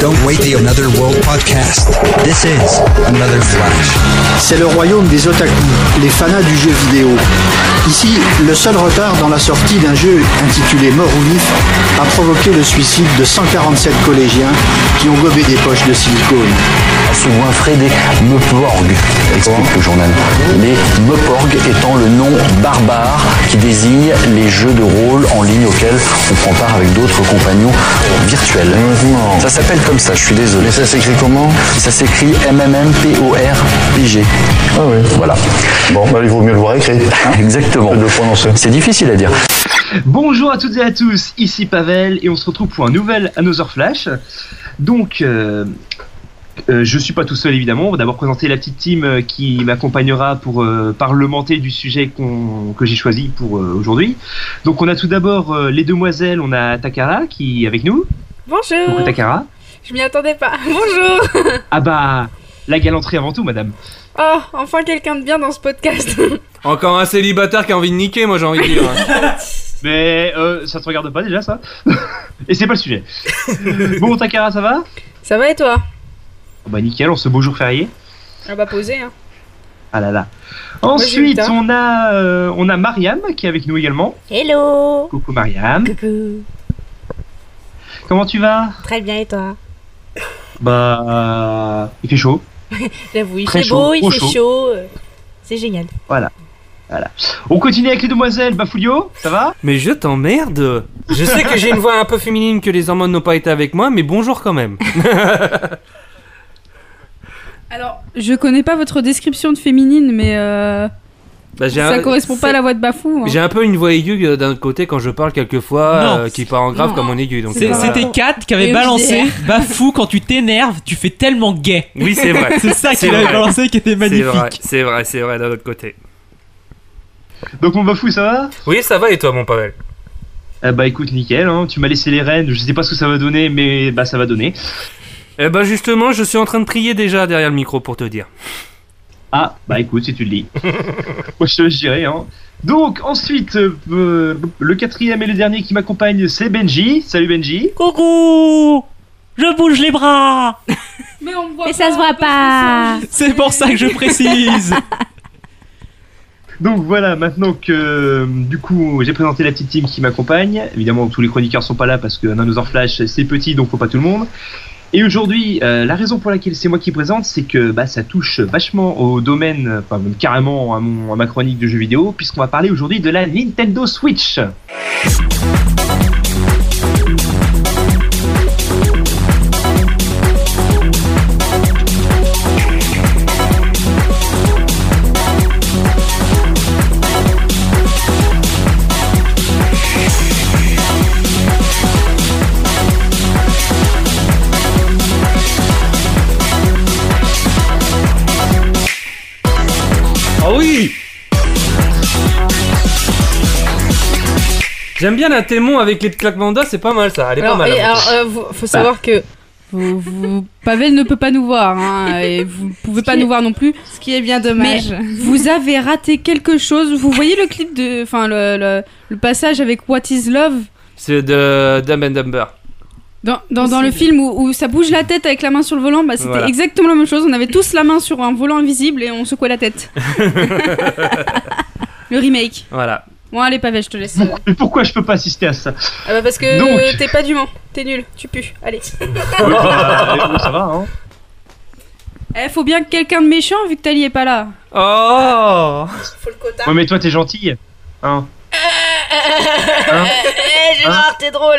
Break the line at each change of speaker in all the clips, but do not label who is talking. Don't wait the Another World podcast. This is Another Flash.
C'est le royaume des otaku, les fanas du jeu vidéo. Ici, le seul retard dans la sortie d'un jeu intitulé Mort ou Vif a provoqué le suicide de 147 collégiens qui ont gobé des poches de silicone.
Souvent Fred est Meporg, explique le journal. Les Meporg étant le nom barbare qui désigne les jeux de rôle en ligne auxquels on prend part avec d'autres compagnons virtuels.
Non.
Ça s'appelle comme ça, je suis désolé.
Mais ça s'écrit comment
Ça s'écrit MMMPORPG.
Ah oui.
Voilà.
Bon, bah, il vaut mieux le voir écrit. hein,
Exactement.
que de le prononcer.
C'est difficile à dire.
Bonjour à toutes et à tous, ici Pavel et on se retrouve pour un nouvel Another Flash. Donc, euh, euh, je suis pas tout seul évidemment. On va d'abord présenter la petite team euh, qui m'accompagnera pour euh, parlementer du sujet qu'on- que j'ai choisi pour euh, aujourd'hui. Donc, on a tout d'abord euh, les demoiselles. On a Takara qui est avec nous.
Bonjour
Coucou Takara.
Je m'y attendais pas. Bonjour
Ah bah, la galanterie avant tout, madame.
Oh, enfin quelqu'un de bien dans ce podcast.
Encore un célibataire qui a envie de niquer, moi j'ai envie de dire.
Mais euh, ça te regarde pas déjà ça Et c'est pas le sujet. bon, Takara, ça va
Ça va et toi
Ah Bah nickel, en ce beau jour férié.
Ah bah posé hein.
Ah là là.
j'ai eu le
Ensuite,
temps.
on a, euh, on a Mariam qui est avec nous également.
Hello
Coucou Mariam.
Coucou
Comment tu vas
Très bien et toi
Bah, il fait chaud.
J'avoue, il
Très
fait
chaud,
beau, il
trop
fait
chaud.
chaud. euh, C'est génial.
On continue avec les demoiselles. Bafoulio, ça va
Mais je t'emmerde Je sais que j'ai une voix un peu féminine, que les hormones n'ont pas été avec moi, mais bonjour quand même.
Alors, je connais pas votre description de féminine, mais euh,
Bah, j'ai
ça
un-
correspond pas à la voix de Bafou. hein.
J'ai un peu une voix aiguë euh, d'un autre côté quand je parle quelquefois,
Non.
euh, qui part en grave
Non.
comme en aigu. Donc,
C'est-
euh,
C'était Kat qui avait
Et
balancé Bafou quand tu t'énerves, tu fais tellement gay.
Oui, c'est vrai.
C'est ça
C'est
qu'il avait
vrai.
balancé qui était
C'est vrai,
magnifique.
c'est vrai, c'est vrai, d'un autre côté.
Donc mon Bafou, ça va
Oui, ça va et toi, mon Pavel
Eh Bah écoute, nickel. hein. Tu m'as laissé les rênes. Je sais pas ce que ça va donner, mais bah ça va donner.
Eh ben justement, je suis en train de prier déjà derrière le micro pour te dire.
Ah, bah écoute, si tu le dis. Moi, je te le dirai, hein. Donc, ensuite, euh, euh, le quatrième et le dernier qui m'accompagne, c'est Benji. Salut Benji.
Coucou Je bouge les bras
Mais on me voit
Mais ça se voit pas.
C'est pour ça que je précise
Donc voilà, maintenant que euh, du coup j'ai présenté la petite team qui m'accompagne, évidemment tous les chroniqueurs sont pas là parce que Nanosaur Flash c'est petit donc faut pas tout le monde. Et aujourd'hui, euh, la raison pour laquelle c'est moi qui présente, c'est que bah, ça touche vachement au domaine, euh, enfin même carrément à, mon, à ma chronique de jeux vidéo, puisqu'on va parler aujourd'hui de la Nintendo Switch.
Ah oui J'aime bien la témon avec les claquements de doigts, c'est pas mal ça, elle est
Alors,
pas mal.
et
hein.
alors, euh, vous- faut savoir que vous- vous- Pavel ne peut pas nous voir, hein, et vous pouvez pas
qui est-
nous voir non plus.
Ce qui est bien
Mais vous avez raté quelque chose. Vous voyez le clip de, enfin le, le, le passage avec What Is Love
C'est de Dumb and Dumber.
dans, dans, dans le
Possible.
film où, où ça bouge la tête avec la main sur le volant. Bah, c'était
Voilà.
exactement la même chose. On avait tous la main sur un volant invisible et on secouait la tête. le remake.
Voilà.
Bon, allez, Pavel, je te laisse. euh,
Mais pourquoi je peux pas assister à ça
Ah bah parce que
Donc.
euh, t'es pas d'humain, t'es nul, tu pues. Allez.
Oui, bah, euh, Ça va, hein
Eh, faut bien que quelqu'un de méchant vu que Tali est pas là.
Oh
Faut le quota.
Ouais, mais toi t'es gentille. Hein
Eh Gérard, t'es drôle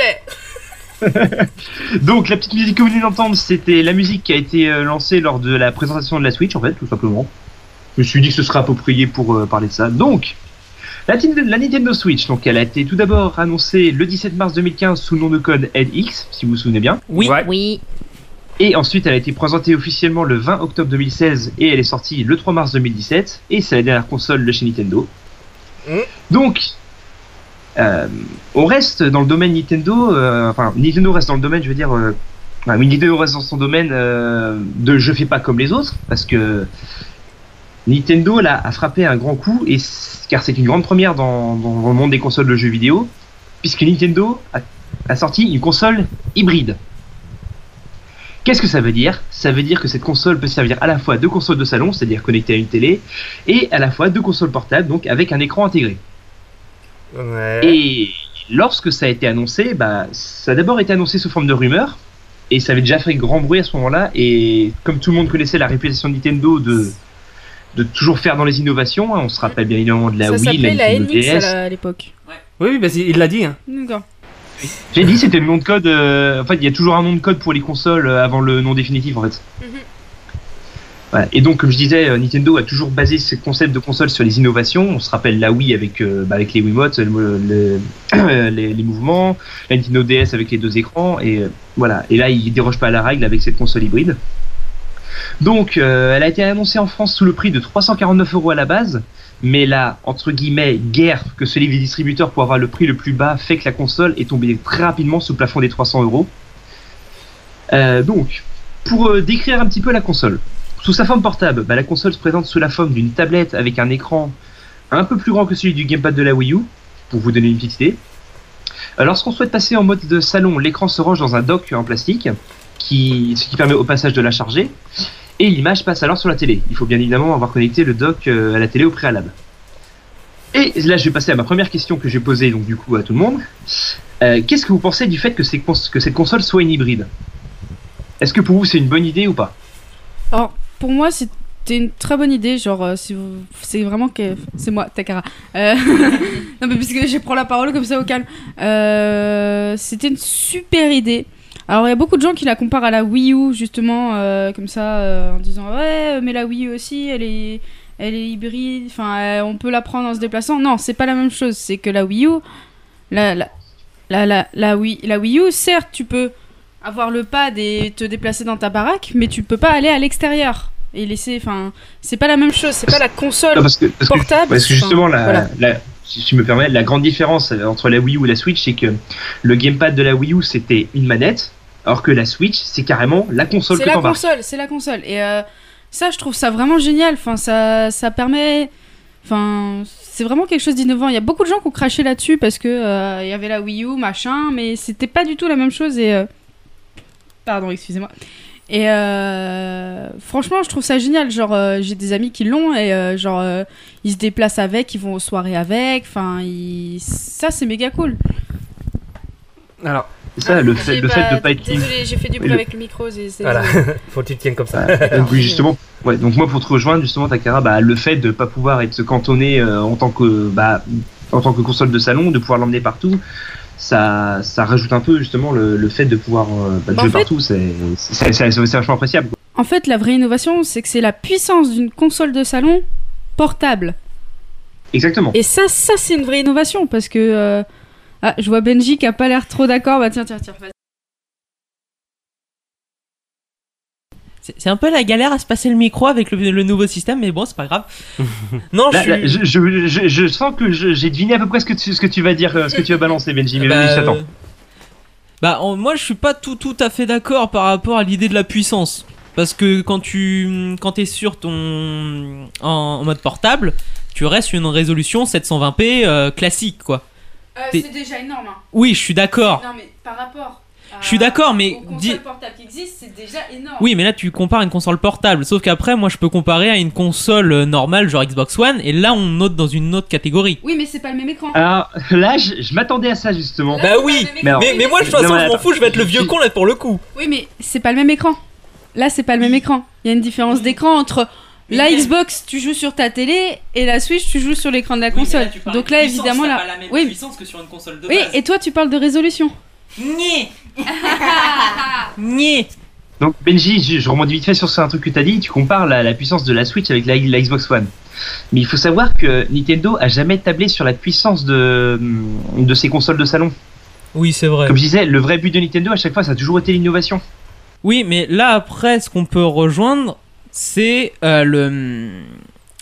eh.
Donc la petite musique que vous venez d'entendre, c'était la musique qui a été euh, lancée lors de la présentation de la Switch, en fait, tout simplement. Je me suis dit que ce serait approprié pour euh, parler de ça. Donc, la, tin- la Nintendo Switch, donc elle a été tout d'abord annoncée le 17 mars 2015 sous le nom de code NX, si vous vous souvenez bien.
Oui,
Ouais.
Oui.
Et ensuite, elle a été présentée officiellement le 20 octobre 2016 et elle est sortie le 3 mars 2017. Et c'est la dernière console de chez Nintendo.
Mmh.
Donc, euh, on reste dans le domaine Nintendo. euh, enfin, Nintendo reste dans le domaine, je veux dire. euh, enfin, oui, Nintendo reste dans son domaine euh, de je fais pas comme les autres parce que Nintendo là a frappé un grand coup et c- car c'est une grande première dans, dans le monde des consoles de jeux vidéo puisque Nintendo a a sorti une console hybride. Qu'est-ce que ça veut dire Ça veut dire que cette console peut servir à la fois de console de salon, c'est-à-dire connectée à une télé, et à la fois de console portable, donc avec un écran intégré.
Ouais.
Et lorsque ça a été annoncé, bah, ça a d'abord été annoncé sous forme de rumeur, et ça avait déjà fait grand bruit à ce moment-là, et comme tout le monde connaissait la réputation de Nintendo de, de toujours faire dans les innovations, hein, on se rappelle bien évidemment de la
Ça
Wii,
s'appelait la
Nintendo
NX à
DS.
la- à l'époque.
Oui, oui, bah, c'est- il l'a dit. Hein.
D'accord.
J'ai dit c'était le nom de code. euh, en fait, il y a toujours un nom de code pour les consoles euh, avant le nom définitif en fait. Voilà. Et donc, comme je disais, euh, Nintendo a toujours basé ce concept de console sur les innovations. On se rappelle la Wii avec, euh, bah, avec les Wiimotes, le- le- les, les mouvements, la Nintendo DS avec les deux écrans, et euh, voilà. Et là, il déroge pas à la règle avec cette console hybride. Donc, euh, elle a été annoncée en France sous le prix de 349 euros à la base, mais la entre guillemets guerre que se livrent les distributeurs pour avoir le prix le plus bas fait que la console est tombée très rapidement sous le plafond des 300 euros. Euh, donc, pour euh, décrire un petit peu la console, sous sa forme portable, bah, la console se présente sous la forme d'une tablette avec un écran un peu plus grand que celui du gamepad de la Wii U, pour vous donner une petite idée. Euh, Lorsqu'on souhaite passer en mode de salon, l'écran se range dans un dock en plastique, qui, ce qui permet au passage de la charger, et l'image passe alors sur la télé. Il faut bien évidemment avoir connecté le dock euh, à la télé au préalable. Et là, je vais passer à ma première question que j'ai posée donc du coup à tout le monde. Euh, Qu'est-ce que vous pensez du fait que, ces cons- que cette console soit une hybride Est-ce que pour vous c'est une bonne idée ou pas
Alors, pour moi, c'était une très bonne idée. Genre, euh, si vous... c'est vraiment que. C'est moi, Takara. Euh, non, mais puisque je prends la parole comme ça au calme. Euh, C'était une super idée. Alors, il y a beaucoup de gens qui la comparent à la Wii U, justement, euh, comme ça, euh, en disant Ouais, mais la Wii U aussi, elle est. Elle est hybride, enfin, euh, on peut la prendre en se déplaçant. Non, c'est pas la même chose. C'est que la Wii U, la, la, la, la, la Wii, la Wii U, certes, tu peux avoir le pad et te déplacer dans ta baraque, mais tu peux pas aller à l'extérieur et laisser. Enfin, c'est pas la même chose. C'est pas la console
Non, parce que, parce que-
portable.
parce que justement,
Enfin,
la,
voilà.
la- si tu me permets, la grande différence euh, entre la Wii U et la Switch, c'est que le gamepad de la Wii U c'était une manette, alors que la Switch c'est carrément la console
C'est
que
la
t'embarques.
console, c'est la console. Et euh, ça, je trouve ça vraiment génial. Enfin, ça, ça permet. Enfin, c'est vraiment quelque chose d'innovant. Il y a beaucoup de gens qui ont craché là-dessus parce que euh, il y avait la Wii U, machin, mais c'était pas du tout la même chose. Et euh, pardon, excusez-moi. Et euh, franchement, je trouve ça génial. Genre, euh, j'ai des amis qui l'ont et euh, genre euh, ils se déplacent avec, ils vont aux soirées avec. Enfin, ils- ça, c'est méga cool.
Alors.
Ça,
Ah,
le fait, le fait de pas être
Désolé, j'ai fait du
Oui,
bruit
le-
avec le micro. c'est- c'est-
Voilà,
désolé.
faut que tu te tiennes comme ça.
Donc Euh, oui, justement, ouais, donc moi pour te rejoindre, justement, Takara, bah, le fait de pas pouvoir être cantonné euh, en, tant que, bah, en tant que console de salon, de pouvoir l'emmener partout, ça, ça rajoute un peu justement le, le fait de pouvoir euh, bah,
Bah, en
jouer
fait-
partout, c'est c'est- c'est- c'est vachement appréciable. quoi.
En fait, la vraie innovation, c'est que c'est la puissance d'une console de salon portable.
Exactement.
Et ça, ça c'est une vraie innovation parce que euh, ah, je vois Benji qui a pas l'air trop d'accord. Bah tiens, tiens, tiens. vas-y.
C'est c'est un peu la galère à se passer le micro avec le, le nouveau système, mais bon, c'est pas grave. Non,
Là,
je
là,
suis-
je, je- je- je sens que je- j'ai deviné à peu près ce que tu, ce que tu vas dire, euh, ce que tu vas balancer, Benji, mais
Bah,
vas-y, je t'attends.
euh, Bah, en- moi, je suis pas tout, tout à fait d'accord par rapport à l'idée de la puissance. Parce que quand tu quand es sur ton. En, en mode portable, tu restes sur une résolution 720p euh, classique, quoi. T'es-
Euh, c'est déjà énorme. hein.
Oui, je suis d'accord.
Non mais par rapport.
Je suis d'accord, mais. dis-
portable qui existe, c'est déjà énorme.
Oui, mais là tu compares à une console portable. Sauf qu'après, moi je peux comparer à une console euh, normale, genre Xbox One, et là on note dans une autre catégorie.
Oui, mais c'est pas le même écran.
Alors Ah, là, je, je m'attendais à ça justement.
Bah oui,
Mais alors-
mais, mais moi de toute
Non,
façon
mais
je m'en
attends.
fous, je vais être le vieux con là pour le coup.
Oui, mais c'est pas le même écran. Là, c'est pas le même écran. Il y a une différence d'écran entre la Xbox, tu joues sur ta télé, et la Switch, tu joues sur l'écran de la console. Donc là, évidemment, là. oui,
que sur une console de
oui, et toi, tu parles de résolution.
Ni Ni
Donc Benji, je, je remonte vite fait sur ce- un truc que t'as dit, tu compares la, la puissance de la Switch avec la, la Xbox One. Mais il faut savoir que Nintendo a jamais tablé sur la puissance de, de ses consoles de salon.
Oui, c'est vrai.
Comme je disais, le vrai but de Nintendo à chaque fois, ça a toujours été l'innovation. Ah,
Oui, mais là après, ce qu'on peut rejoindre, c'est euh, le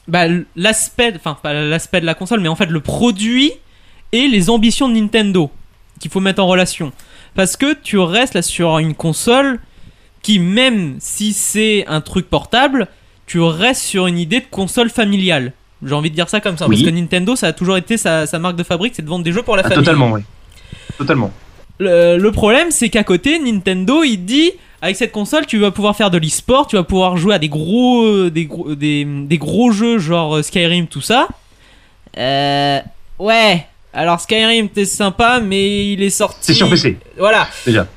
bah, l'aspect, enfin pas l'aspect de la console, mais en fait le produit et les ambitions de Nintendo qu'il faut mettre en relation. Parce que tu restes là sur une console qui, même si c'est un truc portable, tu restes sur une idée de console familiale. J'ai envie de dire ça comme ça,
Oui.
parce que Nintendo, ça a toujours été sa, sa marque de fabrique, c'est de vendre des jeux pour la
Ah,
famille.
totalement, oui. Totalement.
Le, le problème, c'est qu'à côté, Nintendo, il dit avec cette console, tu vas pouvoir faire de l'e-sport, tu vas pouvoir jouer à des gros, euh, des gros, des, des gros jeux genre euh, Skyrim, tout ça. Euh, ouais. Alors Skyrim, t'es sympa, mais il est sorti.
C'est sur PC.
Voilà.
Déjà.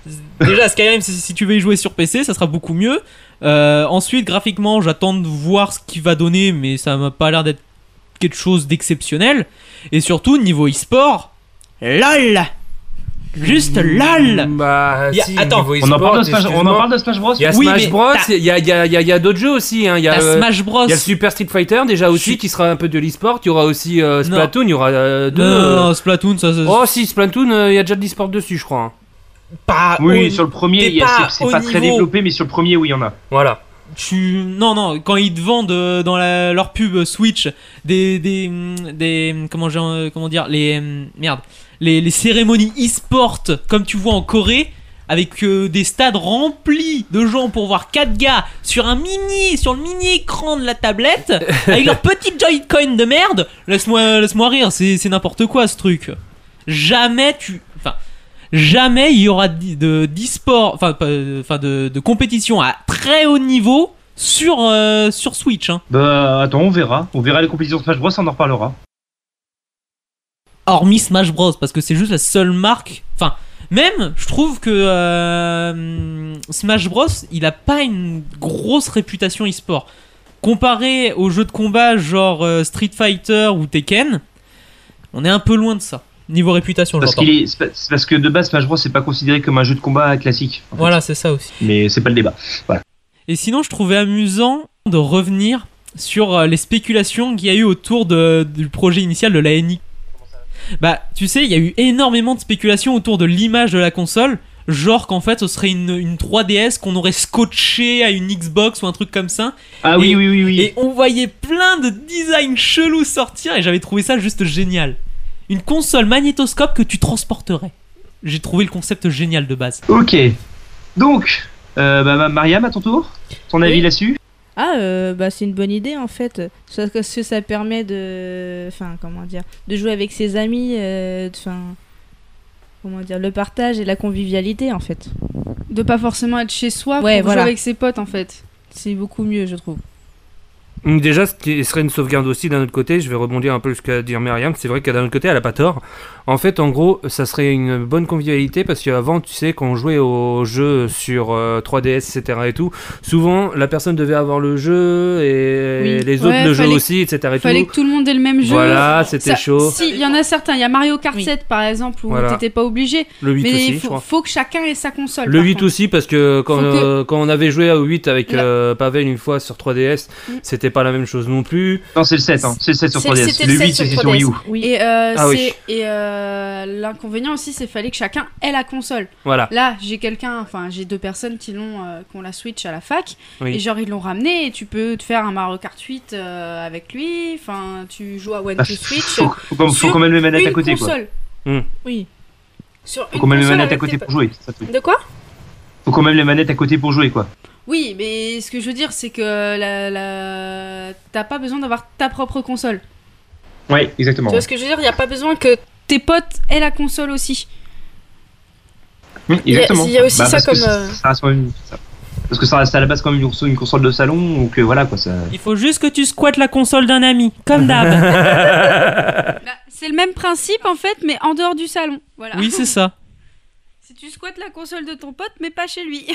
Déjà, Skyrim, si, si tu veux y jouer sur PC, ça sera beaucoup mieux. Euh, ensuite, graphiquement, j'attends de voir ce qu'il va donner, mais ça m'a pas l'air d'être quelque chose d'exceptionnel. Et surtout, niveau e-sport, LOL Juste LOL
Bah,
Y a- attends,
on en parle de Smash, on en parle de Smash Bros.
Il y a
Oui,
Smash
mais
Bros,
t'as-
il y a, il y a- il y a- il y a d'autres jeux aussi. hein, Il y a
T'as
euh,
Smash Bros.
Il y a Super Street Fighter déjà aussi qui sera un peu de l'e-sport. Il y aura aussi euh, Splatoon, il y aura euh, deux.
Non, non, non,
euh,
Splatoon, ça. ça-
Oh si, Splatoon, euh, il y a déjà de l'e-sport dessus, je crois. hein.
pas
Oui,
au-
sur le premier,
t'es
il y a-
pas
c'est
au
c'est pas très
niveau-
développé, mais sur le premier, oui, il y en a.
Voilà.
tu non non quand ils te vendent euh, dans la- leur pub euh, Switch des des hum, des hum, comment j'ai- euh, comment dire les hum, merde les, les cérémonies e-sport comme tu vois en Corée avec euh, des stades remplis de gens pour voir quatre gars sur un mini sur le mini écran de la tablette avec leur petit Joy-Con de merde laisse-moi laisse-moi rire c'est c'est n'importe quoi ce truc jamais tu enfin jamais il y aura d- de d'e-sport, enfin pas- enfin de, de compétition à très haut niveau sur euh, sur Switch. hein.
Bah attends, on verra. On verra les compétitions Smash Bros, on en reparlera.
Hormis Smash Bros parce que c'est juste la seule marque. Enfin même je trouve que euh, Smash Bros il a pas une grosse réputation e-sport comparé aux jeux de combat genre euh, Street Fighter ou Tekken. On est un peu loin de ça niveau réputation.
Parce,
j'entends.
qu'il est, c'est pas- c'est parce que de base, Smash Bros, c'est pas considéré comme un jeu de combat classique. en fait.
Voilà c'est ça aussi.
Mais c'est pas le débat. Voilà.
Et sinon, je trouvais amusant de revenir sur euh, les spéculations qu'il y a eu autour de- du projet initial de la NX. Bah, tu sais, il y a eu énormément de spéculations autour de l'image de la console, genre qu'en fait, ce serait une, une 3DS qu'on aurait scotché à une Xbox ou un truc comme ça.
Ah oui, oui, oui, oui.
Et on voyait plein de designs chelous sortir, et j'avais trouvé ça juste génial. Une console magnétoscope que tu transporterais. J'ai trouvé le concept génial de base.
Ok. Donc, euh, bah, bah, Mariam, à ton tour Ton avis là-dessus
Ah, euh, bah c'est une bonne idée en fait. Parce que- parce que ça permet de. Enfin, comment dire De jouer avec ses amis. euh, de- Enfin. comment dire Le partage et la convivialité en fait.
De pas forcément être chez soi
Ouais,
pour
voilà.
jouer avec ses potes en fait. C'est beaucoup mieux, je trouve.
Mm, Déjà, ce qui serait une sauvegarde aussi d'un autre côté, je vais rebondir un peu sur ce qu'a dit Myriam, c'est vrai qu'à d'un autre côté, elle a pas tort. En fait, en gros, ça serait une bonne convivialité parce qu'avant, tu sais, quand on jouait aux jeux sur euh, 3DS, etc. et tout, souvent, la personne devait avoir le jeu et
Oui.
les autres
Ouais,
le jeu
fallait-
aussi, etc. et
Fallait
tout.
que tout le monde ait le même jeu.
Voilà, c'était
Ça-
chaud.
Si, il y en a certains. Il y a Mario Kart 7 par exemple où
Voilà.
t'étais pas obligé.
Le 8
mais
aussi,
il
je
faut,
crois.
faut que chacun ait sa console.
Le
par
8
contre.
aussi, parce que quand,
Faut que-
euh, quand on avait joué au 8 avec
Là.
euh, Pavel une fois sur 3DS, c'était pas la même chose non plus.
Non, c'est le 7, hein. c'est le 7 sur
C'est-
3DS.
c'était
Le
le
8,
seul
c'est
sur
sur Wii U.
3DS. Et, euh,
Ah oui.
c'est- et euh, l'inconvénient aussi, c'est fallait que chacun ait la console.
Voilà.
Là, j'ai quelqu'un, enfin, j'ai deux personnes qui l'ont, euh, qui ont la Switch à la fac.
Oui.
Et genre, ils l'ont ramené. Et tu peux te faire un Mario Kart 8 euh, avec lui. Enfin, tu joues à One
Ah,
Bah,
to Switch.
faut- faut quand- faut
sur
quand même les manettes à
une
côté, quoi.
console.
Hmm.
Oui. Sur
Faut
une
quand même les
console
manettes à
avec
côté
tes
pour
potes.
jouer. ça, oui.
De quoi
Faut quand même les manettes à côté pour jouer, quoi.
Oui, mais ce que je veux dire, c'est que la, la- t'as pas besoin d'avoir ta propre console.
Ouais, exactement.
Tu vois ce que je veux dire Il n'y a pas besoin que tes potes aient la console aussi.
Oui,
Il y a-
exactement. Bah,
il y a aussi ça
parce que
comme,
ça-
euh,
ça reste quand même- ça- Parce que ça reste à la base comme une, une console de salon, donc euh, voilà quoi. Ça...
Il faut juste que tu squattes la console d'un ami, comme d'hab.
Bah, C'est le même principe en fait, mais en dehors du salon. Voilà.
oui, c'est ça.
Si tu squattes la console de ton pote, mais pas chez lui.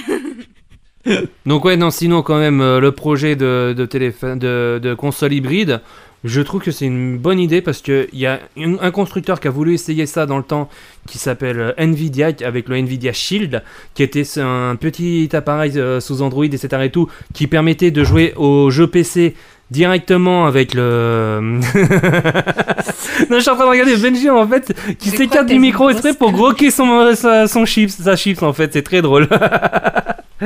Donc ouais, non, sinon quand même, euh, le projet de, de, téléphone, de, de console hybride, je trouve que c'est une bonne idée parce qu'il y a une- un constructeur qui a voulu essayer ça dans le temps, qui s'appelle euh, Nvidia, avec le Nvidia Shield, qui était ce- un petit appareil euh, sous Android, etc. et tout, qui permettait de jouer aux jeux PC directement avec le... euh, non, je suis en train de regarder Benji en fait, qui s'écarte du micro exprès pour groquer son, euh, sa- son chips, sa chips en fait, c'est très drôle.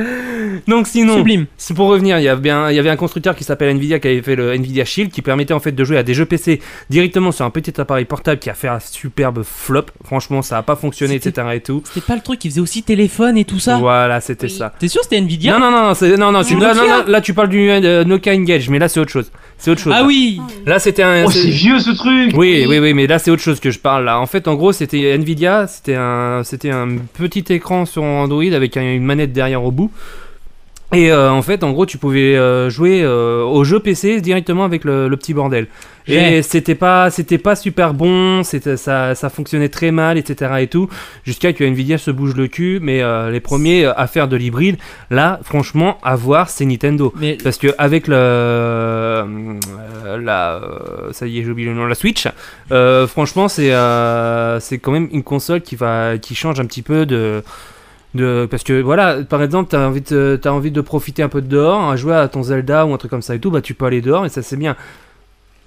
Donc sinon,
Sublime.
c'est pour revenir, il y, avait bien, il y avait un constructeur qui s'appelle Nvidia qui avait fait le Nvidia Shield qui permettait en fait de jouer à des jeux PC directement sur un petit appareil portable qui a fait un superbe flop. Franchement, ça a pas fonctionné, etc. et tout.
C'était pas le truc qui faisait aussi téléphone et tout ça
Voilà, c'était ça.
T'es sûr c'était Nvidia
Non, non, non, c'est- non, non, tu-
C'est
là,
Nokia
non, non, là, tu parles du euh, Nokia Engage, mais là c'est autre chose. C'est autre chose.
Ah
là.
oui
Là c'était un.
Oh, c'est
vieux ce truc
Oui, oui, oui, mais là c'est autre chose que je parle là. En fait, en gros, c'était Nvidia, c'était un, c'était un petit écran sur Android avec un- une manette derrière au bout. Et euh, en fait, en gros, tu pouvais euh, jouer euh, au jeu PC directement avec le, le petit bordel.
Ouais.
Et c'était pas, c'était pas super bon, c'était, ça, ça fonctionnait très mal, etc. et tout, jusqu'à que Nvidia se bouge le cul. Mais euh, les premiers euh, à faire de l'hybride, là, franchement, à voir, c'est Nintendo. Parce que avec le, euh, la, euh, ça y est, j'ai oublié le nom, la Switch. euh, franchement, c'est, euh, c'est quand même une console qui va, qui change un petit peu de. De, parce que voilà, par exemple, t'as envie de, t'as envie de profiter un peu de dehors, à jouer à ton Zelda ou un truc comme ça et tout, bah tu peux aller dehors et ça c'est bien.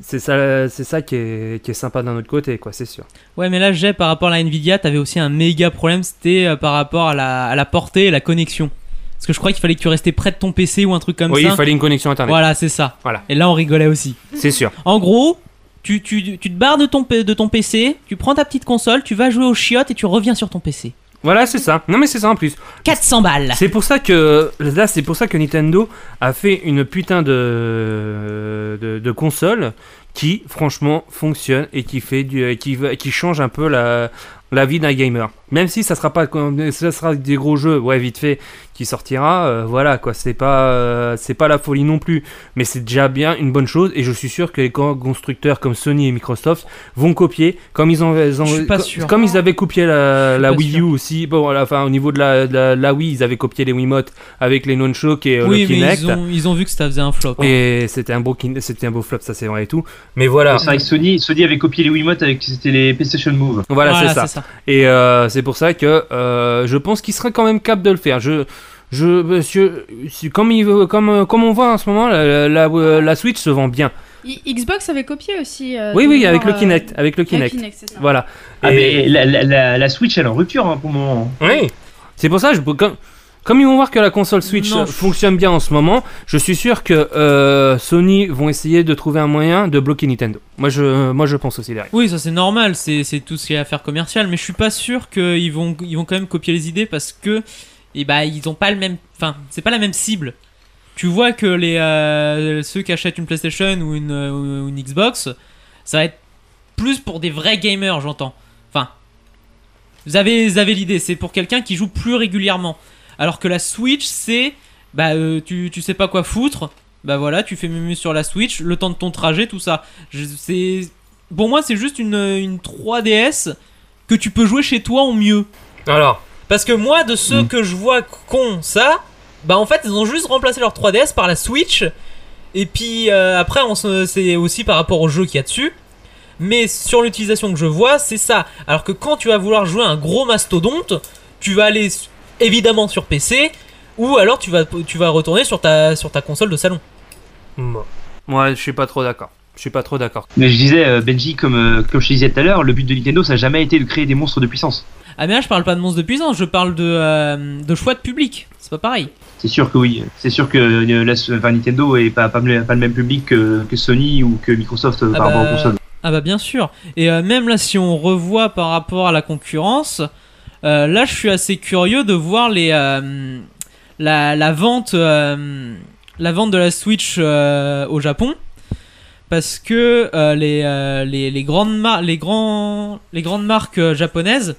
C'est ça, c'est ça qui est, qui est sympa d'un autre côté, quoi, c'est sûr.
Ouais, mais là, j'ai par rapport à la Nvidia, t'avais aussi un méga problème, c'était euh, par rapport à la, à la portée et la connexion. Parce que je crois qu'il fallait que tu restais près de ton PC ou un truc comme
oui,
ça.
il fallait une connexion internet.
Voilà, c'est ça.
Voilà.
Et là, on rigolait aussi.
C'est sûr.
En gros, tu, tu, tu te barres de ton, P- de ton PC, tu prends ta petite console, tu vas jouer au chiottes et tu reviens sur ton PC.
Voilà, c'est ça. Non, mais c'est ça en plus.
400 balles.
C'est pour ça que là, c'est pour ça que Nintendo a fait une putain de de, de console qui, franchement, fonctionne et qui fait du, qui va- qui change un peu la la vie d'un gamer. Même si ça sera pas, comme- ça sera des gros jeux, ouais, vite fait, qui sortira. euh, voilà quoi, c'est pas euh, c'est pas la folie non plus, mais c'est déjà bien une bonne chose. Et je suis sûr que les grands constructeurs comme Sony et Microsoft vont copier, comme ils ont, ils ont-
Je suis pas
co-
sûr.
comme ils avaient copié la, la
pas
Wii U aussi. Bon, à la fin, au niveau de la, de la- de la Wii, ils avaient copié les Wiimote avec les nunchuk et euh,
oui,
le
mais
Kinect.
ils ont, ils ont vu que ça faisait un flop. hein.
Et c'était un beau kin- c'était un beau flop, ça c'est vrai et tout. Mais voilà.
C'est vrai que Sony, Sony avait copié les Wiimote avec c'était les PlayStation Move.
Voilà, c'est ça. Et euh, c'est pour ça que euh, je pense qu'il serait quand même capable de le faire. Je, je, monsieur, si- comme, il veut- comme, euh, comme on voit en ce moment, la, la- la- la Switch se vend bien.
I- Xbox avait copié aussi. euh,
oui,
de
oui,
mémoire,
avec le
euh,
Kinect, avec le
avec
Kinect.
Kinect, c'est ça.
Voilà.
Ah, mais la, la- la- la Switch, elle est en rupture hein, pour le moment.
Oui. C'est pour ça, je, comme, comme ils vont voir que la console Switch
Non.
euh, fonctionne bien en ce moment, je suis sûr que euh, Sony vont essayer de trouver un moyen de bloquer Nintendo. Moi, je, moi, je pense aussi derrière.
Oui, ça c'est normal, c'est c'est tout ce qui est affaire commerciale, mais je suis pas sûr qu'ils vont, ils vont quand même copier les idées parce que eh ben, ils ont pas le même. Enfin, c'est pas la même cible. Tu vois que les, euh, ceux qui achètent une PlayStation ou une, euh, ou une Xbox, ça va être plus pour des vrais gamers, j'entends. Enfin, vous avez, vous avez l'idée, c'est pour quelqu'un qui joue plus régulièrement. Alors que la Switch, c'est. Bah, euh, tu, tu sais pas quoi foutre. Bah voilà, tu fais mumu sur la Switch, le temps de ton trajet, tout ça. Je- C'est. Pour moi, c'est juste une, euh, une 3DS que tu peux jouer chez toi au mieux.
Alors.
Parce que moi, de ceux que je vois con ça, bah en fait, ils ont juste remplacé leur 3DS par la Switch. Et puis euh, après, on se- c'est aussi par rapport au jeu qu'il y a dessus. Mais sur l'utilisation que je vois, c'est ça. Alors que quand tu vas vouloir jouer un gros mastodonte, tu vas aller s- évidemment sur PC ou alors tu vas, tu vas retourner sur ta, sur ta console de salon.
Moi, je suis pas trop d'accord. Je suis pas trop d'accord.
Mais je disais, euh, Benji, comme, euh, comme je te disais tout à l'heure, le but de Nintendo, ça n'a jamais été de créer des monstres de puissance.
Ah mais là, je parle pas de monstre de puissance, je parle de, euh, de choix de public. C'est pas pareil.
C'est sûr que oui. C'est sûr que euh, la, enfin, Nintendo est pas, pas, le- pas le même public que, que Sony ou que Microsoft euh,
Ah
par rapport
bah-
aux consoles.
Ah bah bien sûr. Et euh, même là, si on revoit par rapport à la concurrence, euh, là, je suis assez curieux de voir les euh, la, la vente euh, la vente de la Switch euh, au Japon. Parce que euh, les, euh, les, les grandes mar- les, grands, les grandes marques euh, japonaises,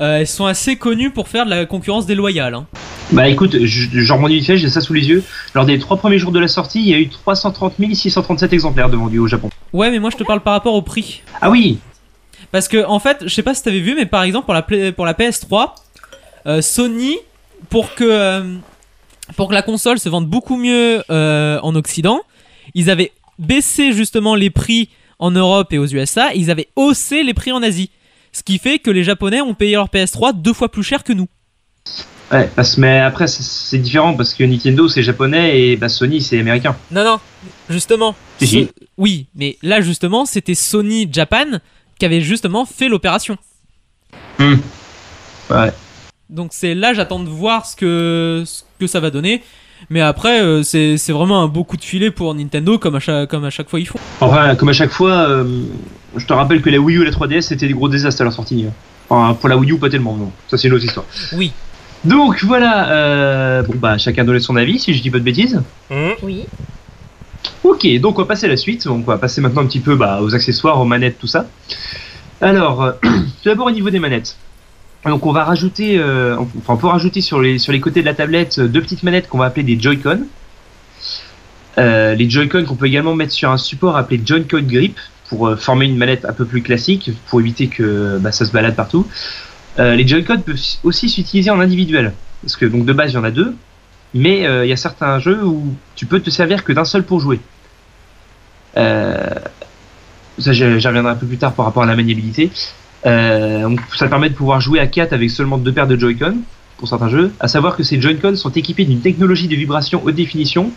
euh, elles sont assez connues pour faire de la concurrence déloyale. hein.
Bah écoute, je- j'en remonte vite fait, j'ai ça sous les yeux. Lors des trois premiers jours de la sortie, il y a eu 330 637 exemplaires de vendus au Japon.
Ouais, mais moi je te parle par rapport au prix.
Ah oui
Parce que en fait, je sais pas si t'avais vu, mais par exemple pour la Play- pour la PS3, euh, Sony pour que euh, pour que la console se vende beaucoup mieux euh, en Occident, ils avaient baissé justement les prix en Europe et aux USA, et ils avaient haussé les prix en Asie, ce qui fait que les Japonais ont payé leur PS3 deux fois plus cher que nous.
Ouais, parce, mais après, c'est- c'est différent parce que Nintendo c'est japonais et bah, Sony c'est américain.
Non, non, justement.
Si, si.
Ce- Oui, mais là justement, c'était Sony Japan qui avait justement fait l'opération.
Hmm. Ouais.
Donc c'est là, j'attends de voir ce que, ce que ça va donner. Mais après, euh, c'est c'est vraiment un beau coup de filet pour Nintendo, comme à chaque, comme à chaque fois ils font.
Enfin, comme à chaque fois, euh, je te rappelle que la Wii U et la 3DS c'était des gros désastres à leur sortie. hein. Enfin, pour la Wii U, pas tellement, non. Ça, c'est une autre histoire.
Oui.
Donc voilà, euh, bon bah chacun donnait son avis si je dis pas de bêtises.
Oui.
Ok, donc on va passer à la suite. Donc on va passer maintenant un petit peu bah, aux accessoires, aux manettes, tout ça. Alors, euh, tout d'abord au niveau des manettes. Donc on va rajouter, euh, enfin on peut rajouter sur les, sur les côtés de la tablette euh, deux petites manettes qu'on va appeler des Joy-Con. Euh, les Joy-Con qu'on peut également mettre sur un support appelé Joy-Con Grip pour euh, former une manette un peu plus classique pour éviter que bah, ça se balade partout. Euh, les Joy-Con peuvent aussi s'utiliser en individuel parce que donc de base il y en a deux, mais euh, il y a certains jeux où tu peux te servir que d'un seul pour jouer. Euh, ça, j'y j'y reviendrai un peu plus tard par rapport à la maniabilité. Euh, donc, ça permet de pouvoir jouer à 4 avec seulement deux paires de Joy-Con pour certains jeux. À savoir que ces Joy-Con sont équipés d'une technologie de vibration haute définition,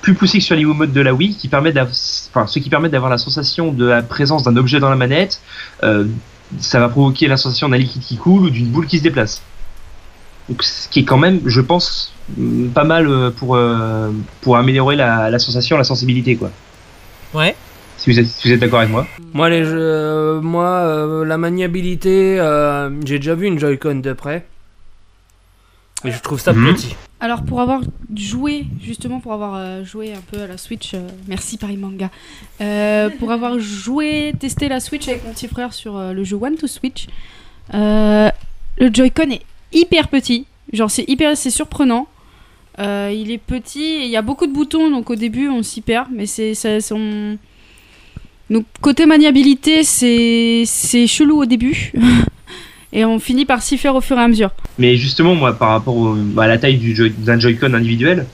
plus poussée que sur les Wiimote de la Wii, qui permet d'av- enfin, ce qui permet d'avoir la sensation de la présence d'un objet dans la manette. Euh, ça va provoquer la sensation d'un liquide qui coule ou d'une boule qui se déplace. Donc, ce qui est quand même, je pense, mm, pas mal euh, pour, euh, pour améliorer la, la sensation, la sensibilité, quoi.
Ouais.
Si vous êtes, si vous êtes d'accord avec moi.
Moi, les jeux- euh, moi euh, la maniabilité, euh, j'ai déjà vu une Joy-Con de près. Et je trouve ça
Mhm.
petit.
Alors pour avoir joué, justement pour avoir euh, joué un peu à la Switch, euh, merci Paris Manga, Euh, pour avoir joué, testé la Switch avec mon petit frère sur euh, le jeu One to Switch, euh, le Joy-Con est hyper petit, genre c'est hyper, c'est surprenant. Euh, il est petit et il y a beaucoup de boutons, donc au début on s'y perd, mais c'est ça- c'est- on- donc côté maniabilité c'est c'est chelou au début et on finit par s'y faire au fur et à mesure.
Mais justement, moi, par rapport au- bah, à la taille du Joy- d'un Joy-Con individuel,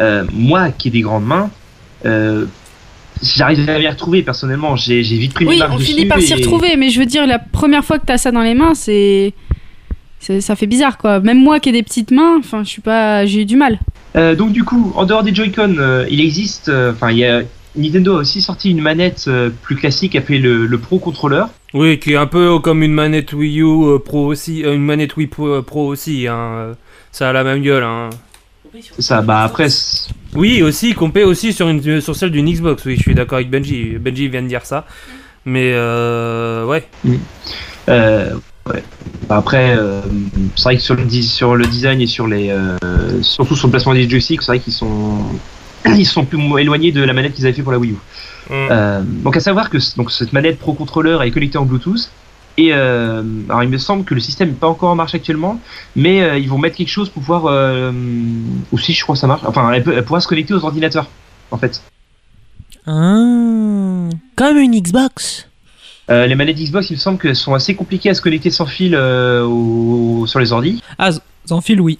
euh, moi qui ai des grandes mains, euh, j'arrive à m'y retrouver personnellement. J'ai j'ai vite pris mes
Oui,
marques
on
dessus
finit par s'y
et-
retrouver, mais je veux dire, la première fois que t'as ça dans les mains, c'est. c'est- Ça fait bizarre quoi. Même moi qui ai des petites mains, enfin, je suis pas. J'ai eu du mal.
Euh, donc du coup, en dehors des Joy-Con, euh, il existe, euh, enfin, il y a Nintendo a aussi sorti une manette euh, plus classique appelée le, le Pro Controller.
Oui, qui est un peu comme une manette Wii U euh, Pro aussi, euh, une manette Wii Pro, euh, Pro aussi. hein, euh, Ça a la même gueule. Hein.
Ça, bah après.
Oui, aussi compé aussi sur une sur celle d'une Xbox. Oui, je suis d'accord avec Benji. Benji vient de dire ça, mais euh, ouais.
Euh, ouais. Bah, Après, euh, c'est vrai que sur le, di- sur le design et sur les, euh, surtout sur le placement des joysticks, c'est vrai qu'ils sont, ils sont plus mo- éloignés de la manette qu'ils avaient fait pour la Wii U. Euh, donc à savoir que c- donc cette manette Pro Controller est connectée en Bluetooth. Et euh, alors il me semble que le système n'est pas encore en marche actuellement, mais euh, ils vont mettre quelque chose pour pouvoir euh, aussi, je crois que ça marche. Enfin, elle, peut- elle pourra se connecter aux ordinateurs, en fait.
comme une Xbox.
Euh, les manettes Xbox, il me semble qu'elles sont assez compliquées à se connecter sans fil euh, au- sur les ordi.
Ah, sans fil, oui.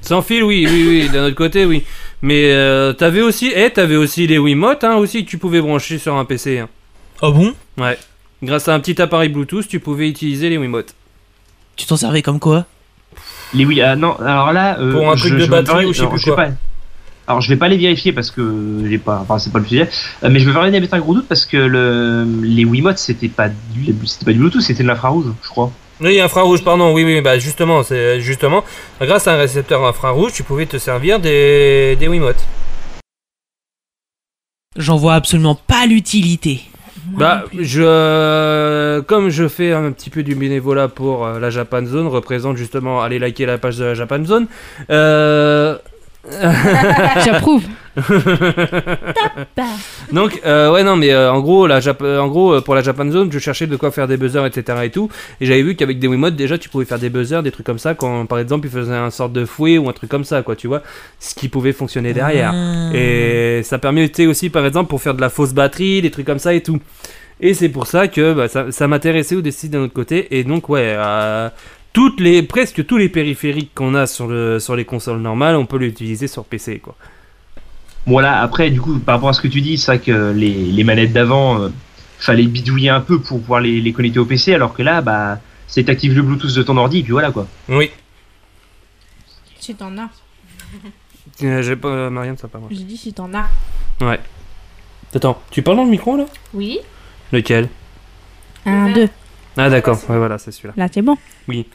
Sans fil, oui, oui, oui. D'un autre côté, oui. Mais euh, t'avais aussi, eh, t'avais aussi les Wiimote, hein, aussi que tu pouvais brancher sur un PC. hein.
Ah bon
Ouais. Grâce à un petit appareil Bluetooth, tu pouvais utiliser les Wiimote.
Tu t'en servais comme quoi
Les oui, ah non, alors là. euh,
Pour un truc de
me
batterie
permets-
ou je sais
alors,
plus
vais
quoi.
pas- alors je vais pas les vérifier parce que j'ai pas, enfin c'est pas le sujet, Euh, mais je me permets d'émettre un gros doute parce que le, les Wiimote c'était pas du, c'était pas du Bluetooth, c'était de l'infrarouge, je crois.
Oui, infrarouge, pardon. Oui, oui, bah justement, c'est justement grâce à un récepteur infrarouge, tu pouvais te servir des, des Wiimotes.
J'en vois absolument pas l'utilité.
Bah, je, euh, comme je fais un petit peu du bénévolat pour euh, la Japan Zone, représente justement, allez liker la page de la Japan Zone. Euh...
J'approuve.
Donc, euh, ouais, non, mais euh, en gros, la Jap- en gros, euh, pour la Japan Zone, je cherchais de quoi faire des buzzers, etc. et tout. Et j'avais vu qu'avec des Wiimote, déjà, tu pouvais faire des buzzers, des trucs comme ça, quand par exemple, ils faisaient un sorte de fouet ou un truc comme ça, quoi, tu vois. Ce qui pouvait fonctionner derrière.
Ah.
Et ça permettait aussi, par exemple, pour faire de la fausse batterie, des trucs comme ça et tout. Et c'est pour ça que bah, ça, ça m'intéressait au décide d'un autre côté. Et donc, ouais, euh, toutes les, presque tous les périphériques qu'on a sur, le, sur les consoles normales, on peut les utiliser sur PC, quoi.
Voilà, après du coup par rapport à ce que tu dis, c'est vrai que les, les manettes d'avant, euh, fallait bidouiller un peu pour pouvoir les, les connecter au PC, alors que là, bah, c'est t'actives le Bluetooth de ton ordi et puis voilà quoi.
Oui.
Si t'en as.
Euh, J'ai pas, Marianne, ça pas moi.
J'ai dit si t'en as.
Ouais. Attends, tu parles dans le micro là
Oui.
Lequel
Un, deux.
Ah d'accord, ouais voilà, c'est celui-là.
Là, t'es bon.
Oui.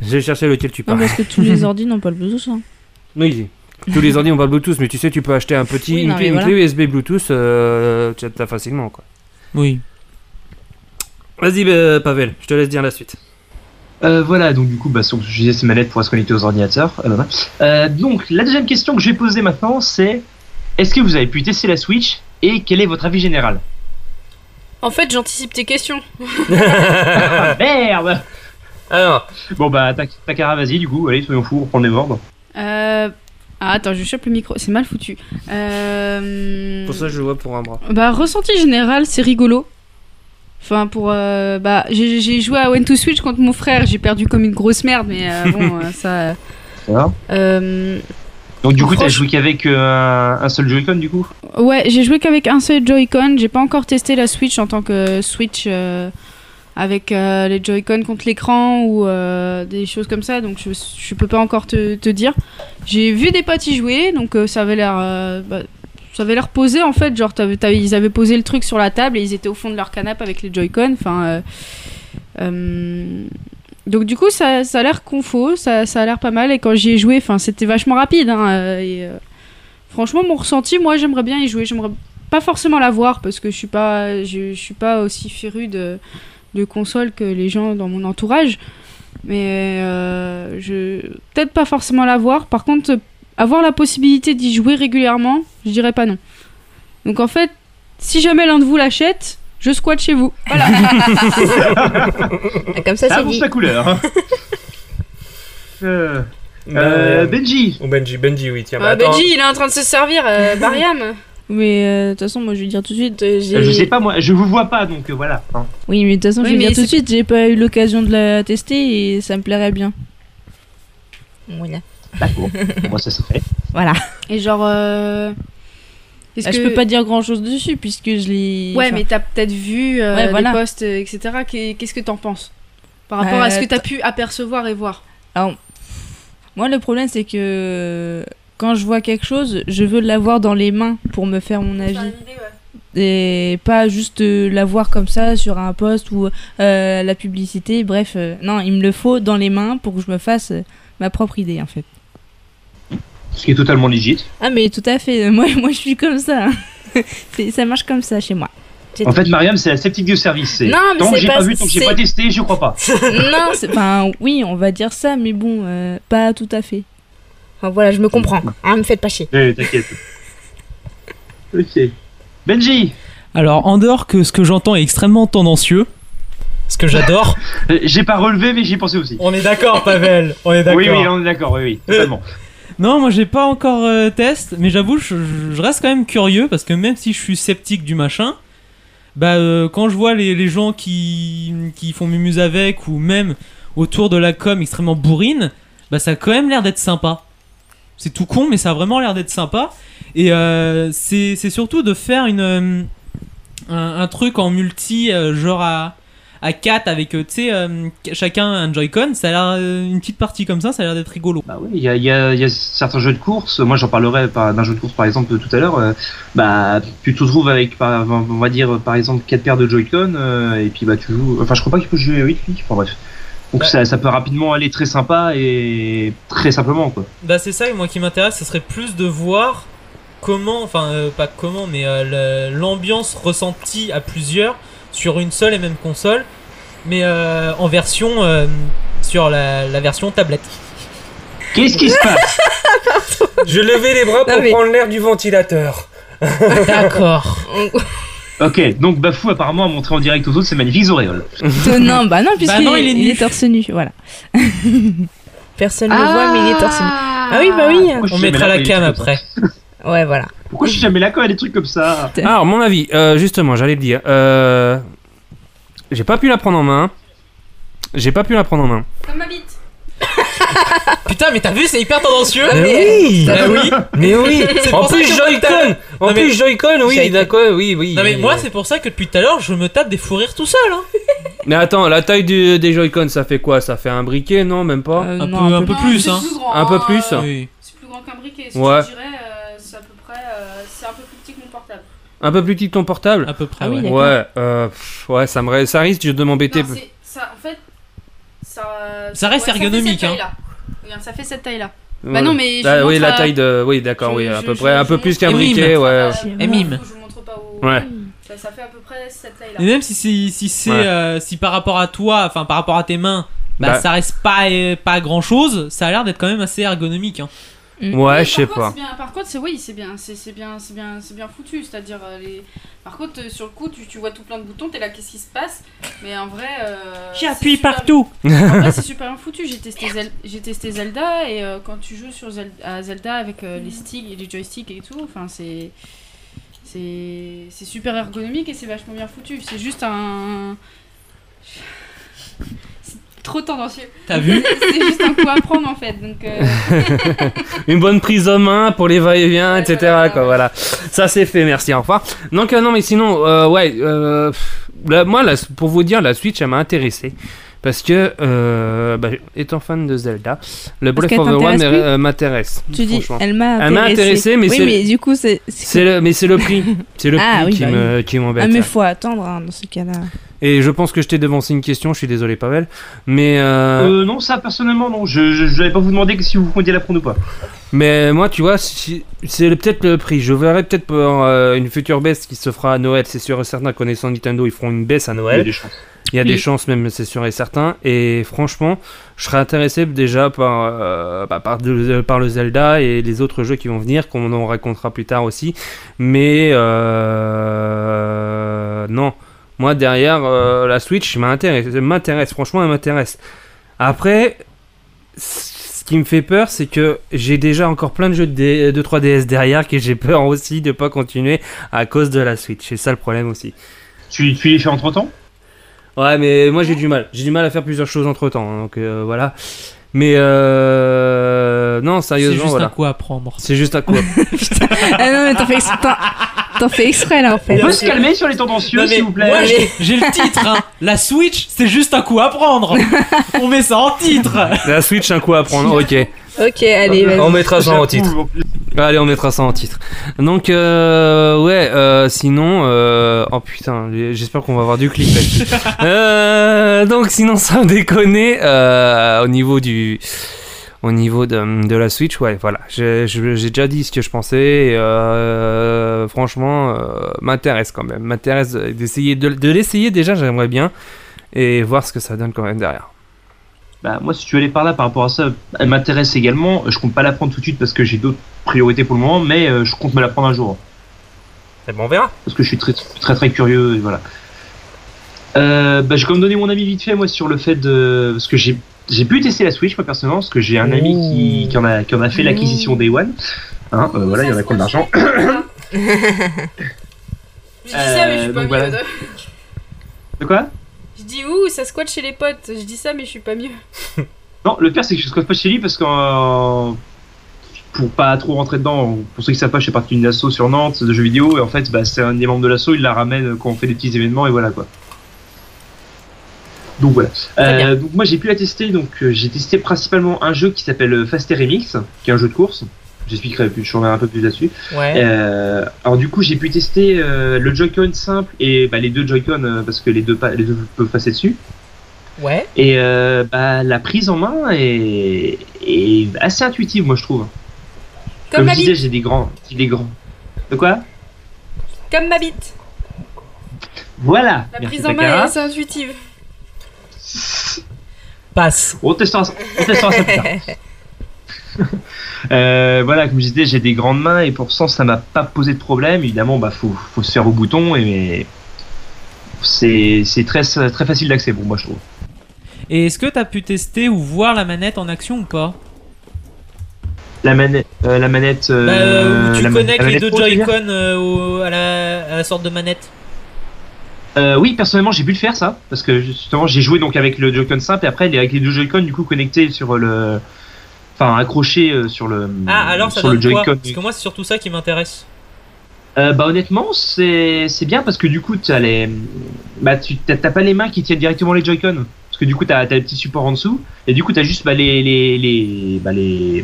J'ai cherché lequel tu
Non,
parles.
parce que tous les ordi n'ont pas le Bluetooth. hein.
Oui. Tous les ordi ont pas le Bluetooth, mais tu sais, tu peux acheter un petit,
Oui,
une,
non,
clé,
mais
une
voilà.
clé USB Bluetooth, euh, tu as facilement quoi.
Oui.
Vas-y, bah, Pavel, je te laisse dire la suite.
Euh, voilà, donc du coup, bah, sur- j'utilisais ces manettes pour se connecter aux ordinateurs. Ah, bah, bah. Euh, donc, la deuxième question que je vais poser maintenant, c'est est-ce que vous avez pu tester la Switch et quel est votre avis général
En fait, j'anticipe tes questions.
Ah, Merde
Alors
Bon, bah, Ta- Takara, vas-y, du coup, allez, soyons fous, on prend les ordres.
Euh, Ah, attends, je chope le micro, c'est mal foutu. Euh...
Pour ça, je le vois pour un bras.
Bah, ressenti général, c'est rigolo. Enfin, pour. euh, bah, j'ai j'ai joué à One to Switch contre mon frère, j'ai perdu comme une grosse merde, mais euh, bon, euh, ça. euh,
Voilà.
euh,
Donc, du coup, t'as joué qu'avec euh, un, un seul Joy-Con, du coup
Ouais, j'ai joué qu'avec un seul Joy-Con. J'ai pas encore testé la Switch en tant que Switch euh, avec euh, les Joy-Con contre l'écran ou euh, des choses comme ça. Donc je, je peux pas encore te, te dire. J'ai vu des potes y jouer, donc euh, ça avait l'air. euh, bah, ça avait l'air posé en fait, genre t'avais- t'avais- ils avaient posé le truc sur la table et ils étaient au fond de leur canapé avec les Joy-Con. Enfin, euh, euh, donc du coup ça, ça a l'air confo, ça, ça a l'air pas mal et quand j'y ai joué, enfin c'était vachement rapide. hein, euh, et, euh, franchement mon ressenti, moi j'aimerais bien y jouer, j'aimerais pas forcément la voir parce que je suis pas, je, je suis pas aussi féru de, de consoles que les gens dans mon entourage, mais euh, je peut-être pas forcément la voir. Par contre euh, avoir la possibilité d'y jouer régulièrement, je dirais pas non. Donc en fait, si jamais l'un de vous l'achète, je squatte chez vous. Voilà.
Ah,
Comme ça, c'est
annonce
dit.
la couleur. hein. Euh, euh, Benji
Oh, Benji, Benji, oui,
Eh ben,
tiens. bah,
Ah,
attends.
Benji, il est en train de se servir euh, Bariam.
Mais euh, de toute façon, moi je vais dire tout de suite. euh, j'ai-
Euh, Je sais pas, moi, je vous vois pas, donc euh, voilà. hein.
Oui, mais de toute façon,
Oui,
je vais
mais
dire tout de
c'est-
suite, j'ai pas eu l'occasion de la tester et ça me plairait bien. Ah,
Voilà.
D'accord. Moi, ça se fait.
Voilà.
Et genre. euh, est-ce
Ah, Je
que-
peux pas dire grand chose dessus puisque je l'ai.
Ouais,
enfin,
mais t'as peut-être vu euh,
Ouais,
des
voilà.
posts, euh, etc. Qu'est- Qu'est-ce que t'en penses Par rapport à ce que
Euh,
t'as pu apercevoir et voir.
Alors, moi, le problème, c'est que quand je vois quelque chose, je veux l'avoir dans les mains pour me faire mon avis. Et pas juste euh, l'avoir comme ça sur un post ou euh, la publicité. Bref, euh, non, il me le faut dans les mains pour que je me fasse euh, ma propre idée, en fait.
Ce qui est totalement légit.
Ah, mais tout à fait. Moi, moi je suis comme ça. hein. C'est- ça marche comme ça chez moi.
En fait, Mariam, c'est la sceptique du service. c'est
Non, mais
tant que
c'est
j'ai
pas-
pas vu, tant que j'ai
c'est-
pas testé, je crois pas.
non, c'est- enfin, oui, on va dire ça, mais bon, euh, pas tout à fait.
voilà, je me comprends. Hein, me faites pas chier.
Eh, t'inquiète. ok. Benji
Alors, en dehors que ce que j'entends est extrêmement tendancieux, ce que j'adore.
euh, j'ai pas relevé, mais j'y pensais aussi.
On est d'accord, Pavel. On est d'accord.
Oui, oui, on est d'accord, oui, oui, totalement.
Non, moi j'ai pas encore euh, test, mais j'avoue, je, je reste quand même curieux parce que même si je suis sceptique du machin, bah euh, quand je vois les, les gens qui, qui font mumuse avec ou même autour de la com extrêmement bourrine, bah ça a quand même l'air d'être sympa. C'est tout con, mais ça a vraiment l'air d'être sympa. Et euh, c'est c'est surtout de faire une, euh, un, un truc en multi, euh, genre à, à 4 avec, euh, tu sais, euh, chacun un Joy-Con. Ça a l'air, euh, une petite partie comme ça, ça a l'air d'être rigolo.
Bah oui, Il y, a, il y a- il y a certains jeux de course, moi j'en parlerai par- d'un jeu de course par exemple tout à l'heure, euh, bah tu te retrouves avec, par, on va dire par exemple quatre paires de Joy-Con, euh, et puis bah tu joues, enfin je crois pas qu'il faut jouer à 8 clics, enfin bref. Donc ça, ça peut rapidement aller très sympa et très simplement quoi.
Bah c'est ça, et moi qui m'intéresse, ce serait plus de voir comment, enfin euh, pas comment, mais euh, le- l'ambiance ressentie à plusieurs sur une seule et même console, mais euh, en version euh, sur la, la version tablette.
Qu'est-ce qui se passe
bah, Je levais les bras pour
Non, mais-
prendre l'air du ventilateur.
D'accord.
Ok, donc Bafou apparemment a montré en direct aux autres ses magnifiques auréoles.
non, bah non, puisqu'il
non, il
est,
est
il est torse nu, voilà.
Personne ne le voit, mais il est torse nu. Ah oui, bah
Pourquoi
oui.
je suis jamais là quand il y a des trucs
après.
Ouais, voilà.
Pourquoi je suis jamais là quand il y a des trucs comme ça
Alors, mon avis, euh, justement, j'allais le dire. euh, J'ai pas pu la prendre en main. J'ai pas pu la prendre en main.
Comme ma bite.
Putain, mais t'as vu, c'est hyper tendancieux.
Ah
Mais oui
Bah oui.
Mais oui
C'est
En
pour ça
plus
que je me
Joy-Con
tape.
En
Non, mais-
plus Joy-Con, oui,
Joy-Con.
d'accord, oui, oui.
Non mais
oui,
moi
oui.
c'est pour ça que depuis tout à l'heure je me tape des fous rires tout seul. Hein.
Mais attends, la taille du- des Joy-Con, ça fait quoi Ça fait un briquet, non Même pas
Euh,
Un non, peu- un un peu peu plus, plus, hein.
plus grand,
Un peu plus
euh, C'est plus grand qu'un briquet.
ce Ouais. que je
dirais, euh, c'est à peu près. euh, c'est un peu plus petit que mon portable.
Un peu plus petit que ton portable
À peu près,
Ah oui, ouais.
ouais.
d'accord.
euh, pff, ouais, ça, me, ça risque de m'embêter.
ça, en fait, ça,
Ça reste
ouais, fait
ergonomique,
cette
hein.
taille-là. Regarde, ça fait cette taille-là.
Ouais.
Bah non, mais. je
Ah,
vous
oui,
montre,
la
euh,
taille de. Oui, d'accord, oui, à peu près. un peu plus qu'un
Et mime.
briquet, ouais.
Et mime.
Ouais.
Bah, Ça, ça fait à peu près cette taille-là.
Et même si, si, si c'est
Ouais.
euh, si par rapport à toi, enfin par rapport à tes mains, bah,
Bah.
ça reste pas euh, pas grand chose. Ça a l'air d'être quand même assez ergonomique. hein.
Ouais, je sais pas.
C'est bien- par contre, c'est oui, c'est bien, c'est c'est bien, c'est bien, c'est bien foutu. C'est-à-dire, euh, les... par contre, euh, sur le coup, tu, tu vois tout plein de boutons, t'es là, qu'est-ce qui se passe Mais en vrai, euh,
J'appuie
c'est super-
partout.
En vrai, c'est super bien foutu. J'ai testé, Zel- j'ai testé Zelda et euh, quand tu joues sur Zel- à Zelda avec euh, les sticks et les joysticks et tout, enfin, c'est c'est c'est super ergonomique et c'est vachement bien foutu. C'est juste un c'est trop tendancieux.
T'as vu
C'est juste un coup à prendre en fait. Donc euh,
une bonne prise en main pour les va-et-vient, etc. quoi, voilà. Ça c'est fait, merci, au revoir. Donc euh, non, mais sinon, euh, ouais, euh, pff, la- moi, la- pour vous dire, la Switch, elle m'a intéressé. Parce que, euh, bah, étant fan de Zelda, le
Parce
Breath
qu'elle
of the Wild
t'intéresse plus
euh, m'intéresse.
Tu dis,
franchement.
elle m'a intéressé.
Elle m'a intéressé, mais
oui,
c'est-
mais du coup, c'est.
c'est le, mais c'est le prix. C'est le
Ah,
prix
oui,
qui
bah
me-
oui.
qui m'embête.
Ah, mais
ouais.
faut attendre hein, dans ce cas-là.
Et je pense que je t'ai devancé une question, je suis désolé, Pavel. Mais. euh,
Euh, non, ça personnellement, non. Je je- je vais pas vous demander que si vous comptiez la prendre ou pas.
Mais moi, tu vois, si- c'est le- peut-être le prix. Je verrai peut-être pour euh, une future baisse qui se fera à Noël. C'est sûr et certain, connaissant Nintendo, ils feront une baisse à Noël.
Il y a des chances.
Il y a
Oui.
des chances même, c'est sûr et certain. Et franchement, je serais intéressé déjà par, euh, bah, par, de- par le Zelda et les autres jeux qui vont venir, qu'on en racontera plus tard aussi. Mais euh, non, moi derrière, euh, la Switch m'intéresse, m'intéresse. franchement, elle m'intéresse. Après, ce qui me fait peur, c'est que j'ai déjà encore plein de jeux de, D- de 3DS derrière que j'ai peur aussi de pas continuer à cause de la Switch. C'est ça le problème aussi.
Tu, tu les fais entre temps
Ouais, mais moi j'ai du mal. J'ai du mal à faire plusieurs choses entre temps. donc euh, voilà. Mais euh, non, sérieusement.
juste
voilà.
un coup à prendre.
C'est juste un coup à prendre.
ah non, mais t'en fais, exprès- t'en- t'en fais exprès là en fait.
On peut se calmer sur les tendancieux, s'il vous plaît.
Moi, j'ai- j'ai le titre. hein. La Switch, c'est juste un coup à prendre. On met ça en titre.
La Switch, un coup à prendre. Ok.
Ok, allez, vas-y.
On mettra ça en titre. Bah, Allez, on mettra ça en titre. Donc, euh, ouais, euh, sinon. euh, oh putain, j'espère qu'on va avoir du clip là-dessus. Euh, donc, sinon, sans déconner, euh, au niveau du. Au niveau de, de la Switch, ouais, voilà. J'ai je- j'ai déjà dit ce que je pensais. et, euh, franchement, euh, m'intéresse quand même. M'intéresse d'essayer de, de l'essayer déjà, j'aimerais bien. Et voir ce que ça donne quand même derrière.
Bah, moi, si tu allais par là par rapport à ça, elle m'intéresse également. Je compte pas la prendre tout de suite parce que j'ai d'autres priorités pour le moment, mais euh, je compte me la prendre un jour.
Eh ben, on verra.
Parce que je suis très très très curieux et voilà. Euh, bah, j'ai quand même donné mon avis vite fait moi sur le fait de parce que j'ai j'ai pu tester la Switch moi personnellement parce que j'ai un ami qui, qui en a qui en a fait l'acquisition
Mmh.
Day One. Hein, euh, voilà, il y en a qui ont de l'argent.
Je dis ça, mais je suis pas
Euh, donc
mieux.
voilà. De quoi
Je dis ouh, ça squatte chez les potes. Je dis ça, mais je suis pas mieux.
Non, le pire c'est que je ne pas chez lui parce que euh, pour pas trop rentrer dedans, pour ceux qui savent pas, je fais partie d'une asso sur Nantes de jeux vidéo et en fait, bah, c'est un des membres de l'asso, il la ramène quand on fait des petits événements et voilà quoi. Donc voilà. Euh, donc moi j'ai pu la tester, donc euh, j'ai testé principalement un jeu qui s'appelle euh, Faster Remix, qui est un jeu de course. J'expliquerai plus, je reviendrai un peu plus là-dessus.
Ouais.
Euh, alors du coup j'ai pu tester euh, le Joy-Con simple et bah, les deux Joy-Con euh, parce que les deux, pa- les deux peuvent passer dessus.
Ouais.
Et euh, bah, la prise en main est, est assez intuitive, moi je trouve.
Comme la
je disais,
bite.
j'ai des grands, j'ai des grands. De quoi
Comme ma bite.
Voilà.
La
Merci,
prise en main est
Takara.
assez intuitive.
Passe.
On testera, ça- on testera ça plus tard. Euh, voilà, comme je disais, j'ai des grandes mains et pour ça, ça m'a pas posé de problème. Évidemment, bah faut, faut se faire au bouton et c'est c'est très très facile d'accès pour moi, je trouve.
Et est-ce que t'as pu tester ou voir la manette en action ou pas
La manette, euh, la manette. euh,
Bah, où Tu
la man-
connectes
la
les
manette
deux
pro, tu veux dire
Joy-Con euh, au- à, la, à la sorte de manette.
Euh, oui, personnellement, j'ai pu le faire ça parce que justement, j'ai joué donc avec le Joy-Con simple et après les- avec les deux Joy-Con du coup connectés sur le, enfin accrochés euh, sur le
Ah, alors ça
sur le
donne quoi
Joy-Con.
Parce que moi, c'est surtout ça qui m'intéresse.
Euh, bah honnêtement, c'est c'est bien parce que du coup, t'as les, bah tu t'as t'as pas les mains qui tiennent directement les Joy-Con parce que du coup, t'as as le petit support en dessous et du coup, t'as juste bah, les les les bah, les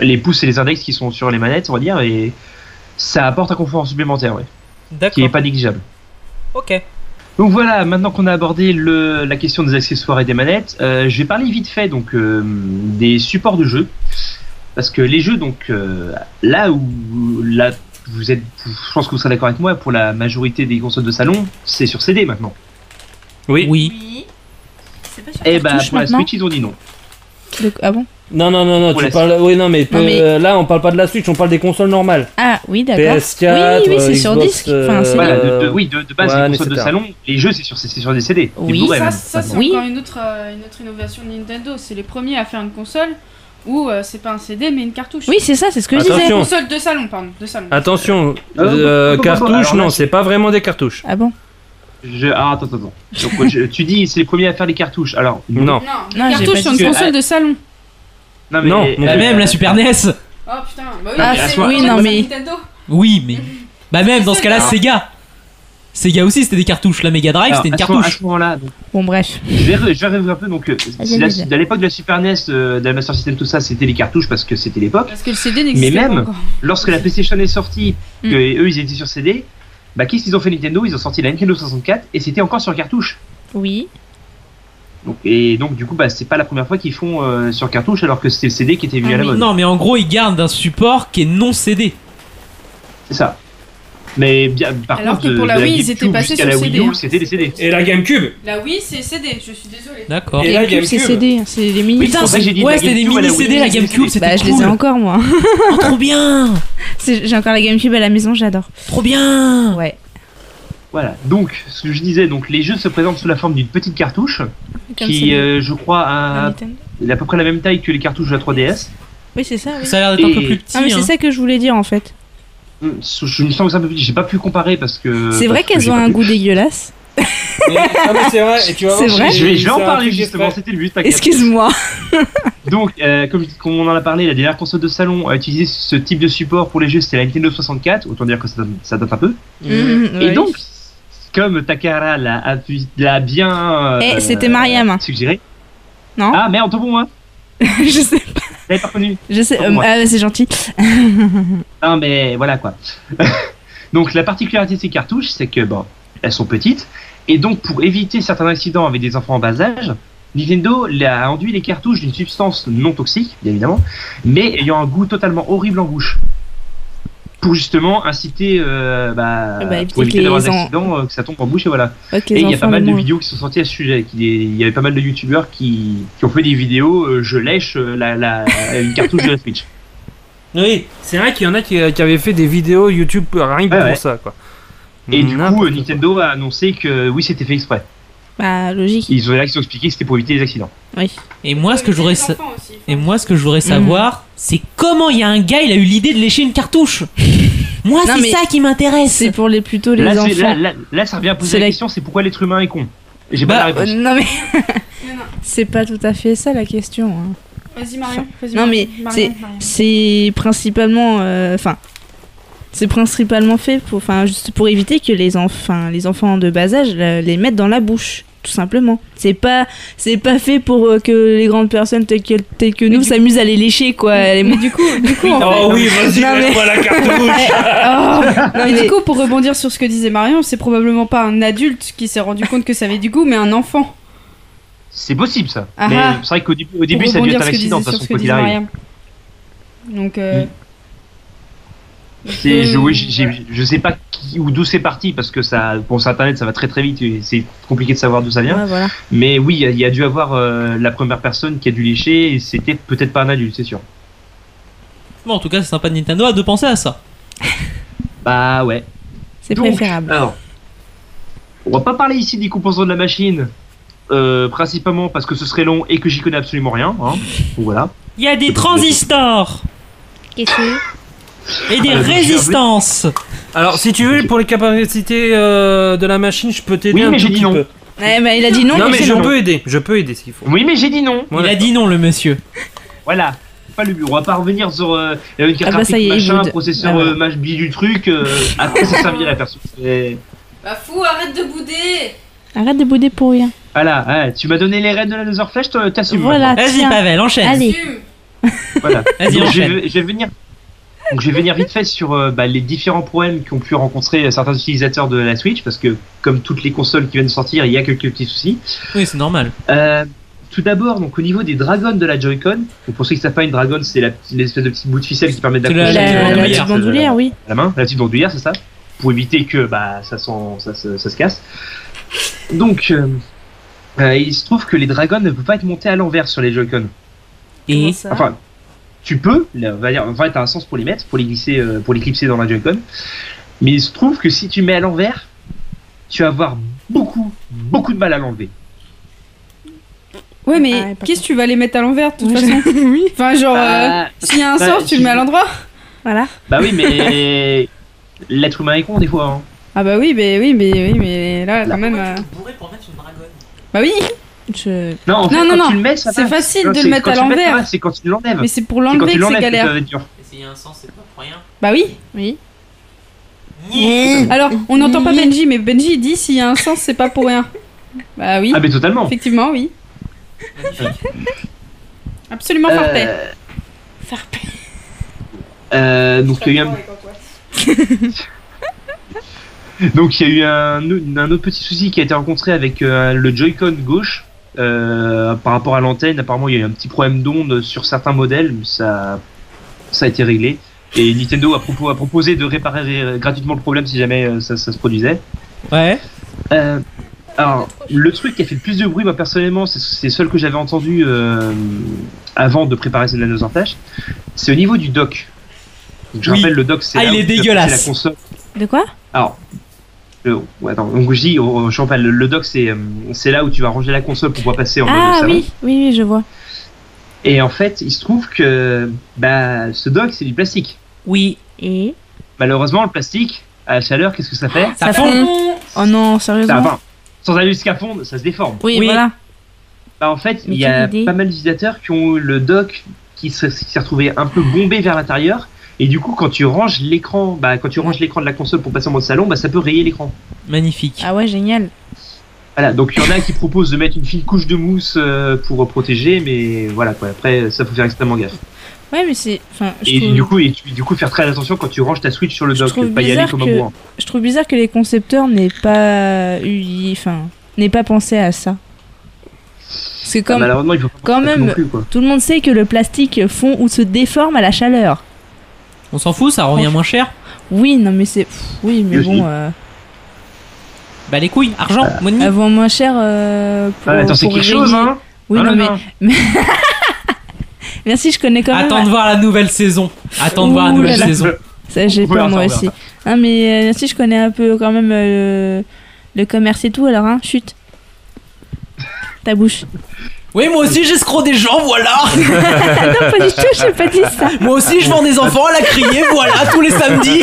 les pouces et les index qui sont sur les manettes, on va dire, et ça apporte un confort supplémentaire, ouais,
D'accord.
qui est pas négligeable.
Ok.
Donc voilà, maintenant qu'on a abordé le- la question des accessoires et des manettes, euh, je vais parler vite fait donc euh, des supports de jeu. Parce que les jeux, donc euh, là où là, vous êtes, je pense que vous serez d'accord avec moi, pour la majorité des consoles de salon, c'est sur CD maintenant.
Oui.
Oui.
C'est pas sur
Et bah
cartouche
pour la
maintenant
Switch, ils ont dit non.
De- Ah bon
Non, non, non, non,
Pour
tu
la
parles. Oui, non, mais,
Non, mais-
euh, là, on parle pas de la Switch, on parle des consoles normales.
Ah oui, d'accord.
PS4,
oui, oui, oui, c'est
euh,
sur
Xbox,
disque. Enfin, c'est-
Voilà, de, de- oui, de, de base,
euh, Ouais,
les consoles de
etc.
salon, les jeux, c'est sur, c'est sur des CD. des Blu-ray
ça,
même,
ça, c'est
maintenant.
encore une autre, euh, une autre innovation de Nintendo. C'est les premiers à faire une console où euh, c'est pas un CD mais une cartouche.
Oui, c'est ça, c'est ce que je
Attention.
disais.
Attention.
Console de salon, pardon. De salon.
Attention,
Ah, bon,
euh,
bon, bon, bon,
cartouches,
alors là,
non, c'est pas vraiment des cartouches.
Ah bon
Je- ah, attends, attends, attends. Donc, je- tu dis, c'est les premiers à faire les cartouches. Alors,
non.
Non,
Ah, j'ai pas
cartouche sur
dit
une
que-
console de salon.
Non,
Non,
mais, eh,
bah même la Super NES.
Oh putain, bah oui,
Ah,
mais
c'est-
la
oui,
console
non,
de
mais-
Nintendo.
Oui, mais. Bah, même dans ce cas-là,
Alors-
Sega. Sega aussi, c'était des cartouches. La Mega Drive,
Alors,
Ah c'était une
à ce moment- À
cartouche.
ce moment-là, donc,
Bon, bref.
je vais re- je vais revenir un peu. Donc, euh,
Ah,
c'est
bien,
la-
bien.
à l'époque de la Super NES, euh, de la Master System, tout ça, c'était les cartouches parce que c'était l'époque.
Parce que le CD
Mais
n'existe pas
même
encore.
lorsque la PlayStation est sortie, que
Mm.
eux ils étaient sur CD, bah qu'est-ce qu'ils ont fait Nintendo Ils ont sorti la Nintendo 64 et c'était encore sur cartouche.
Oui.
Donc, et donc du coup bah c'est pas la première fois qu'ils font euh, sur cartouche alors que c'était le CD qui était
Ah
venu à la mode.
Non, mais en gros, ils gardent un support qui est non CD.
C'est ça. Mais bien par
Alors
contre
que pour
de-
la
de
Wii, ils
GameCube
étaient passés
jusqu'à la
sur
Wii
CD,
U,
hein.
c'était des CD.
Et la GameCube
Bah
Là oui, c'est CD, je suis désolée.
D'accord.
Et la
GameCube, c'est
GameCube.
CD, c'est des mini.
Putain,
c'est pour ça que j'ai dit
ouais,
la
c'était des
GameCube à la
mini
Wii.
CD, la GameCube, c'était
Bah, je les ai
cool.
encore, moi.
Oh, trop bien
C'est- J'ai encore la GameCube à la maison, j'adore.
Trop bien
Ouais.
Voilà, donc ce que je disais, donc les jeux se présentent sous la forme d'une petite cartouche
Comme
qui,
celui-
euh, je crois, a
Un
à,
Ah, Nintendo.
peu près la même taille que les cartouches de la 3DS.
Oui, c'est ça. oui.
hein.
Ça a l'air d'être un peu
Et-
plus petit.
Ah, mais c'est
hein.
ça que je voulais dire en fait.
Hum, Je me sens que c'est un peu petit, j'ai pas pu comparer parce que.
C'est vrai
parce que Euh,
qu'elles
bah, j'ai
ont
pas
un
pu.
goût dégueulasse.
Ah, mais c'est vrai, et tu vas voir,
C'est vrai
Je vais, je vais en
c'est un
parler
truc
justement,
exprès.
c'était le but. t'inquiète.
Excuse-moi.
Donc, euh, comme, comme on en a parlé, la dernière console de salon à utiliser ce type de support pour les jeux, c'était la Nintendo 64, autant dire que ça, ça date un peu.
Mhm,
Et
oui.
donc, comme Takara l'a appu- l'a bien. euh,
Eh, c'était Mariam.
Suggéré.
Non
Ah merde, pour moi
Je sais,
J'avais pas reconnu
je sais. euh,
Ouais.
ah, c'est gentil.
Non, mais voilà quoi. donc, la particularité de ces cartouches, c'est que, bon, elles sont petites. Et donc, pour éviter certains accidents avec des enfants en bas âge, Nintendo a enduit les cartouches d'une substance non toxique, bien évidemment, mais ayant un goût totalement horrible en bouche. Pour justement inciter, euh, bah,
Bah, éviter
pour
que
éviter d'avoir
les
des
en-
accidents, euh, que ça tombe en bouche et voilà.
Ouais, que les
Et il y a pas
enfants
mal
le
de
mangent.
vidéos qui sont sorties à ce sujet. qui- Il y avait pas mal de youtubeurs qui, qui ont fait des vidéos euh, je lèche euh, la, la- une cartouche de la Switch.
Oui, c'est vrai qu'il y en a qui, qui avaient fait des vidéos YouTube rien que
Ouais,
pour
ouais.
ça, quoi.
Et du coup, euh, Nintendo a annoncé que oui, c'était fait exprès.
Bah, logique.
Ils ont là qui ont expliqué que c'était pour éviter les accidents.
Oui.
Et moi, ce que j'aurais. sa-
Enfin aussi.
Et moi, ce que je
Mhm.
voudrais savoir, c'est comment il y a un gars, il a eu l'idée de lécher une cartouche. moi,
Non,
c'est
mais-
ça qui m'intéresse.
C'est pour les plutôt les
là, c'est- là,
enfants.
là- là, ça revient à poser
C'est
la,
la-
question c'est pourquoi l'être humain est con J'ai
Bah,
pas la
Euh,
réponse.
non mais c'est pas tout à fait ça la question. hein.
Vas-y Marion, vas-y.
Non mais
Marion,
c'est
Marion, Marion.
c'est principalement euh, enfin c'est principalement fait pour enfin juste pour éviter que les enfants les enfants de bas âge euh, les mettent dans la bouche tout simplement. C'est pas c'est pas fait pour euh, que les grandes personnes telles que, telles que nous s'amusent à les lécher quoi. Les-
Mais du coup, du coup, en fait-
Oh oui, vas-y,
Non, mais- Eh,
lâche-moi la cartouche
Oh, non, mais
mais-
du coup, pour rebondir sur ce que disait Marion, c'est probablement pas un adulte qui s'est rendu compte que ça avait du goût, mais un enfant.
C'est possible ça.
Ah
Mais
ah.
c'est vrai qu'au début, au début
pour
ça a dû
rebondir
être un
sur ce que
accident de
disait-
toute
sur
façon,
ce que
quoi qu'il
disait
arrive.
Mariam. Donc, euh,
C'est- Je, oui, j'ai- j'ai- je sais pas qui ou d'où c'est parti parce que ça, bon, sur internet ça va très très vite et c'est compliqué de savoir d'où ça vient.
Ouais, voilà.
Mais oui, il y a- il y, a dû avoir euh, la première personne qui a dû lécher et c'était peut-être pas un adulte, c'est sûr.
Bon, en tout cas, c'est sympa de Nintendo de penser à ça.
Bah ouais.
C'est
Donc,
préférable.
Alors, on va pas parler ici des composants de la machine, euh, principalement parce que ce serait long et que j'y connais absolument rien. hein. Donc voilà.
Il y a des transistors et des
Ah, mais j'ai envie-
résistances.
euh,
Alors, si tu veux, pour les capacités euh, de la machine, je peux t'aider
Oui,
un
mais
tout
j'ai dit
petit
non.
peu.
Ouais, bah, il a dit non.
Non, mais
c'est
je
non.
peux aider, je peux aider s'il faut.
Oui, mais j'ai dit non.
Il
Voilà.
a dit non, le monsieur.
Voilà. C'est Pas le bureau. On va pas revenir sur euh, une carte
Ah bah ça
graphique,
y est, il
machin,
boude.
processeur,
Bah voilà.
euh, mach- bidule du truc. euh, après, ça servirait à personne. C'est-
Bah fou, arrête de bouder
Arrête de bouder pour rien.
Voilà. ouais, tu m'as donné les rênes de la Laser Flash, t'as- t'assumes.
Voilà.
Vas-y,
Ah, tiens.
Pavel, enchaîne.
Allez.
Assume.
maintenant. Voilà.
Vas-y,
Donc, je
enchaîne.
vais, je vais venir. Donc je vais venir vite fait sur euh, bah, les différents problèmes qu'ont pu rencontrer certains utilisateurs de la Switch, parce que comme toutes les consoles qui viennent de sortir, il y a quelques petits soucis.
Oui, c'est normal.
Euh, tout d'abord, donc au niveau des dragons de la Joy-Con, donc, pour ceux qui savent pas, une dragon c'est la petite- l'espèce de petit bout de ficelle qui permet euh,
C'est la-
d'appuyer
la- la
manière,
petite
c'est-
bandoulière, oui.
La main, la petite bandoulière, c'est ça, pour éviter que bah ça, s'en- ça, se- ça se casse. Donc euh, euh, il se trouve que les dragons ne peuvent pas être montés à l'envers sur les Joy-Con.
Et
Enfin, tu peux, là, on va dire, enfin, t'as un sens pour les mettre, pour les glisser, euh, pour les clipser dans la Joy-Con. Mais il se trouve que si tu mets à l'envers, tu vas avoir beaucoup, beaucoup de mal à l'enlever.
Ah, Ouais, mais qu'est-ce que tu vas les mettre à l'envers de toute façon Oui. Enfin,
Ah
genre,
Bah,
euh, s'il y a un
bah,
sort, tu
si-
le mets à l'endroit Voilà.
Bah oui, mais l'être humain est con des fois. hein.
Ah bah oui, mais oui, mais oui, mais là, quand même. euh, Bah oui Je-
Non, en fait,
non,
quand
non.
tu le mets, ça
C'est
passe.
facile
Non,
de
c'est-
le mettre
quand
à
tu le mets,
l'envers.
ouais, C'est quand tu l'enlèves.
Mais c'est pour
quand
l'enlever
tu
que c'est
l'enlèves
galère.
ça va être dur.
Essayer un sens, c'est pas pour rien.
Bah oui. Oui. Alors, on n'entend pas Benji, mais Benji il dit s'il y a un sens, c'est pas pour rien. Bah oui.
Ah, mais totalement.
Effectivement, oui. Absolument
Euh,
parfait.
Euh, donc, il y a eu un... Donc il y a eu un, au- un autre petit souci qui a été rencontré avec euh, le Joy-Con gauche euh, par rapport à l'antenne. Apparemment il y a eu un petit problème d'onde sur certains modèles, mais ça, ça a été réglé. Et Nintendo a, propo- a proposé de réparer euh, gratuitement le problème si jamais euh, ça, ça se produisait.
Ouais.
Euh, alors, le truc qui a fait le plus de bruit, moi personnellement, c'est- c'est seul que j'avais entendu euh, avant de préparer cette Nano Flash, c'est au niveau du dock. Donc, je
Oui.
rappelle, le dock, c'est
Ah,
là
il est
où tu appuies
dégueulasse.
la console.
De quoi
Alors, le, ouais, attends, donc je dis, oh, oh, je rappelle, le, le dock, c'est euh, c'est là où tu vas ranger la console pour pouvoir passer en mode
Ah
salon.
oui, oui, oui, je vois.
Et en fait, il se trouve que bah, ce dock, c'est du plastique.
Oui.
Et
Malheureusement, le plastique, à la chaleur, qu'est-ce que ça fait
Oh non,
Ça,
sérieusement.
enfin, sans aller jusqu'à fondre, ça se déforme.
Oui, Oui. voilà.
Bah, en fait,
Mais
il y a
quelle idée.
pas mal d'utilisateurs qui ont eu le dock qui se- qui s'est retrouvé un peu bombé vers l'intérieur. Et du coup, quand tu ranges l'écran, bah, quand tu ranges l'écran de la console pour passer en mode salon, bah, ça peut rayer l'écran.
Magnifique.
Ah ouais, génial.
Voilà, donc il y en a qui proposent de mettre une fine couche de mousse euh, pour protéger, mais voilà quoi. Après, ça faut faire extrêmement gaffe.
Ouais, mais c'est. Enfin, je
Et
trouve...
du coup, et tu- du coup, faire très attention quand tu ranges ta Switch sur le
je
dock,
trouve
pas y aller
bizarre
comme un
que-
bourrin.
Je trouve bizarre que les concepteurs n'aient pas eu, enfin, n'aient pas pensé à ça. Parce que
Ah,
comme,
malheureusement, il faut pas
quand
penser à ça
même,
non plus, quoi.
tout le monde sait que le plastique fond ou se déforme à la chaleur.
On s'en fout, ça revient moins cher.
Oui, non, mais c'est, pff, oui, mais
Yo, si.
bon, euh,
Bah les couilles, argent, money.
avant moins cher euh, pour.
Ah, attends, c'est
pour
quelque chose,
régner.
hein
Oui,
Ah, non,
non, mais.
non.
mais- Merci, je connais quand même.
Attends de voir la nouvelle saison. Attends de voir la
Ouh
nouvelle
là là.
Bah,
saison.
Ça, j'ai
On verra
peur,
ça,
moi
on verra
aussi.
ça.
Non, mais euh, merci, je connais un peu quand même euh, le commerce et tout, alors, hein, chut. Ta bouche.
Oui, moi aussi j'escroc des gens, voilà.
non, pas du tout, j'ai pas dit ça.
Moi aussi je vends des enfants à la criée, voilà, tous les samedis.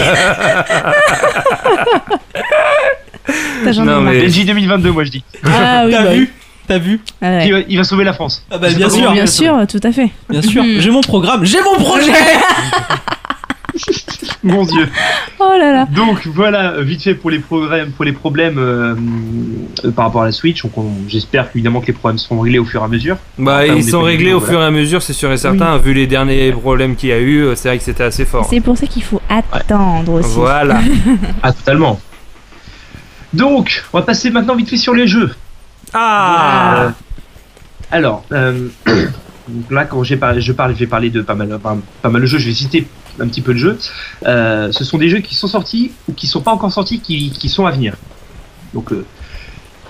j'en
Non,
ai marre.
mais- Belgique 2022, moi je dis.
Ah oui, T'as bah vu oui.
T'as vu
Ah ouais.
il, va, il va sauver la France.
Ah bah, bien
C'est pas
sûr.
comment il
Bien
va sauver.
sûr, tout à fait.
Bien sûr, j'ai mon programme, j'ai mon projet.
Mon Dieu.
Oh là là.
Donc voilà, vite fait pour les problèmes, pour les problèmes euh, euh, par rapport à la Switch. Donc, on- j'espère évidemment que les problèmes seront réglés au fur et à mesure.
Bah,
Après, on
ils
est
sont
pas
réglés
du
au
tout,
fur et
voilà.
à mesure, c'est sûr et certain. Vu les derniers problèmes qu'il y a eu, euh, c'est vrai que c'était assez fort.
C'est pour ça qu'il faut attendre aussi.
Voilà.
ah, totalement. Donc, on va passer maintenant vite fait sur les jeux.
Ah
Alors, euh, donc là, quand j'ai parlé, je parle, je vais parler de pas mal, pas, pas mal de jeux. Je vais citer un petit peu de jeux. Euh, ce sont des jeux qui sont sortis ou qui sont pas encore sortis, qui, qui sont à venir. Donc, euh,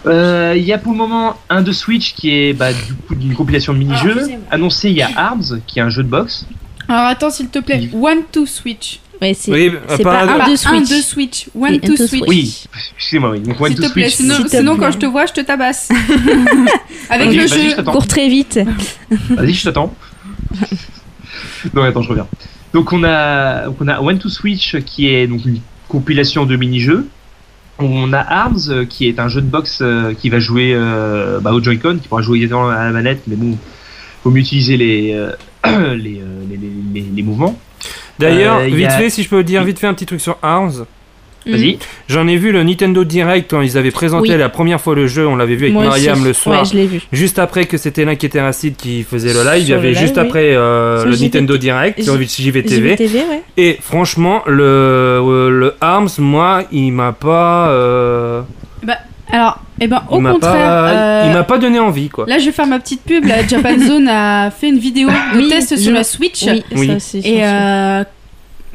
euh, il y a pour le moment un de Switch qui est bah, du coup d'une compilation de mini-jeux. Annoncé, il y a Arms, qui est un jeu de boxe.
Alors attends, s'il te plaît. One, two, switch.
Ouais,
c'est- Oui, bah, c'est pas pas un,
un,
deux
Un,
switch.
deux, switch. One,
Oui,
two, switch.
Oui, excusez-moi, oui. Donc, One
S'il
to
te plaît,
Switch.
sinon, sinon, quand je te vois, je te tabasse. Avec
Vas-y,
le
vas-y,
jeu.
je t'attends. Cours
très vite.
Vas-y, je t'attends. non, attends, je reviens. Donc on a, donc on a One to Switch qui est donc une compilation de mini-jeux. On a Arms euh, qui est un jeu de boxe euh, qui va jouer euh, bah, au Joy-Con, qui pourra jouer évidemment à la manette, mais bon, faut mieux utiliser les, euh, les, euh, les, les- les- les mouvements.
D'ailleurs,
Euh, il y
vite
a-
fait, si je peux dire vite fait un petit truc sur Arms.
Mm.
Vas-y.
J'en ai vu le Nintendo Direct quand ils avaient présenté
Oui.
la première fois le jeu. On l'avait vu avec
Moi aussi.
Mariam le soir.
Ouais, je l'ai vu.
Juste après que c'était là qui était Acide qui faisait le live. Il y
Sur
avait
le live,
juste
oui.
après euh,
Sur
le
JVT.
Nintendo Direct sur
J-
JVTV.
JVTV, ouais.
Et franchement, le, euh, le Arms, moi, il m'a pas. euh,
Bah, alors, eh ben, au
il m'a
contraire.
pas,
euh,
il m'a pas donné envie quoi.
Là, je vais faire ma petite pub. La Japan Zone a fait une vidéo de
Oui,
test
je-
sur la Switch.
oui, ça Oui. aussi, ça aussi.
Et euh,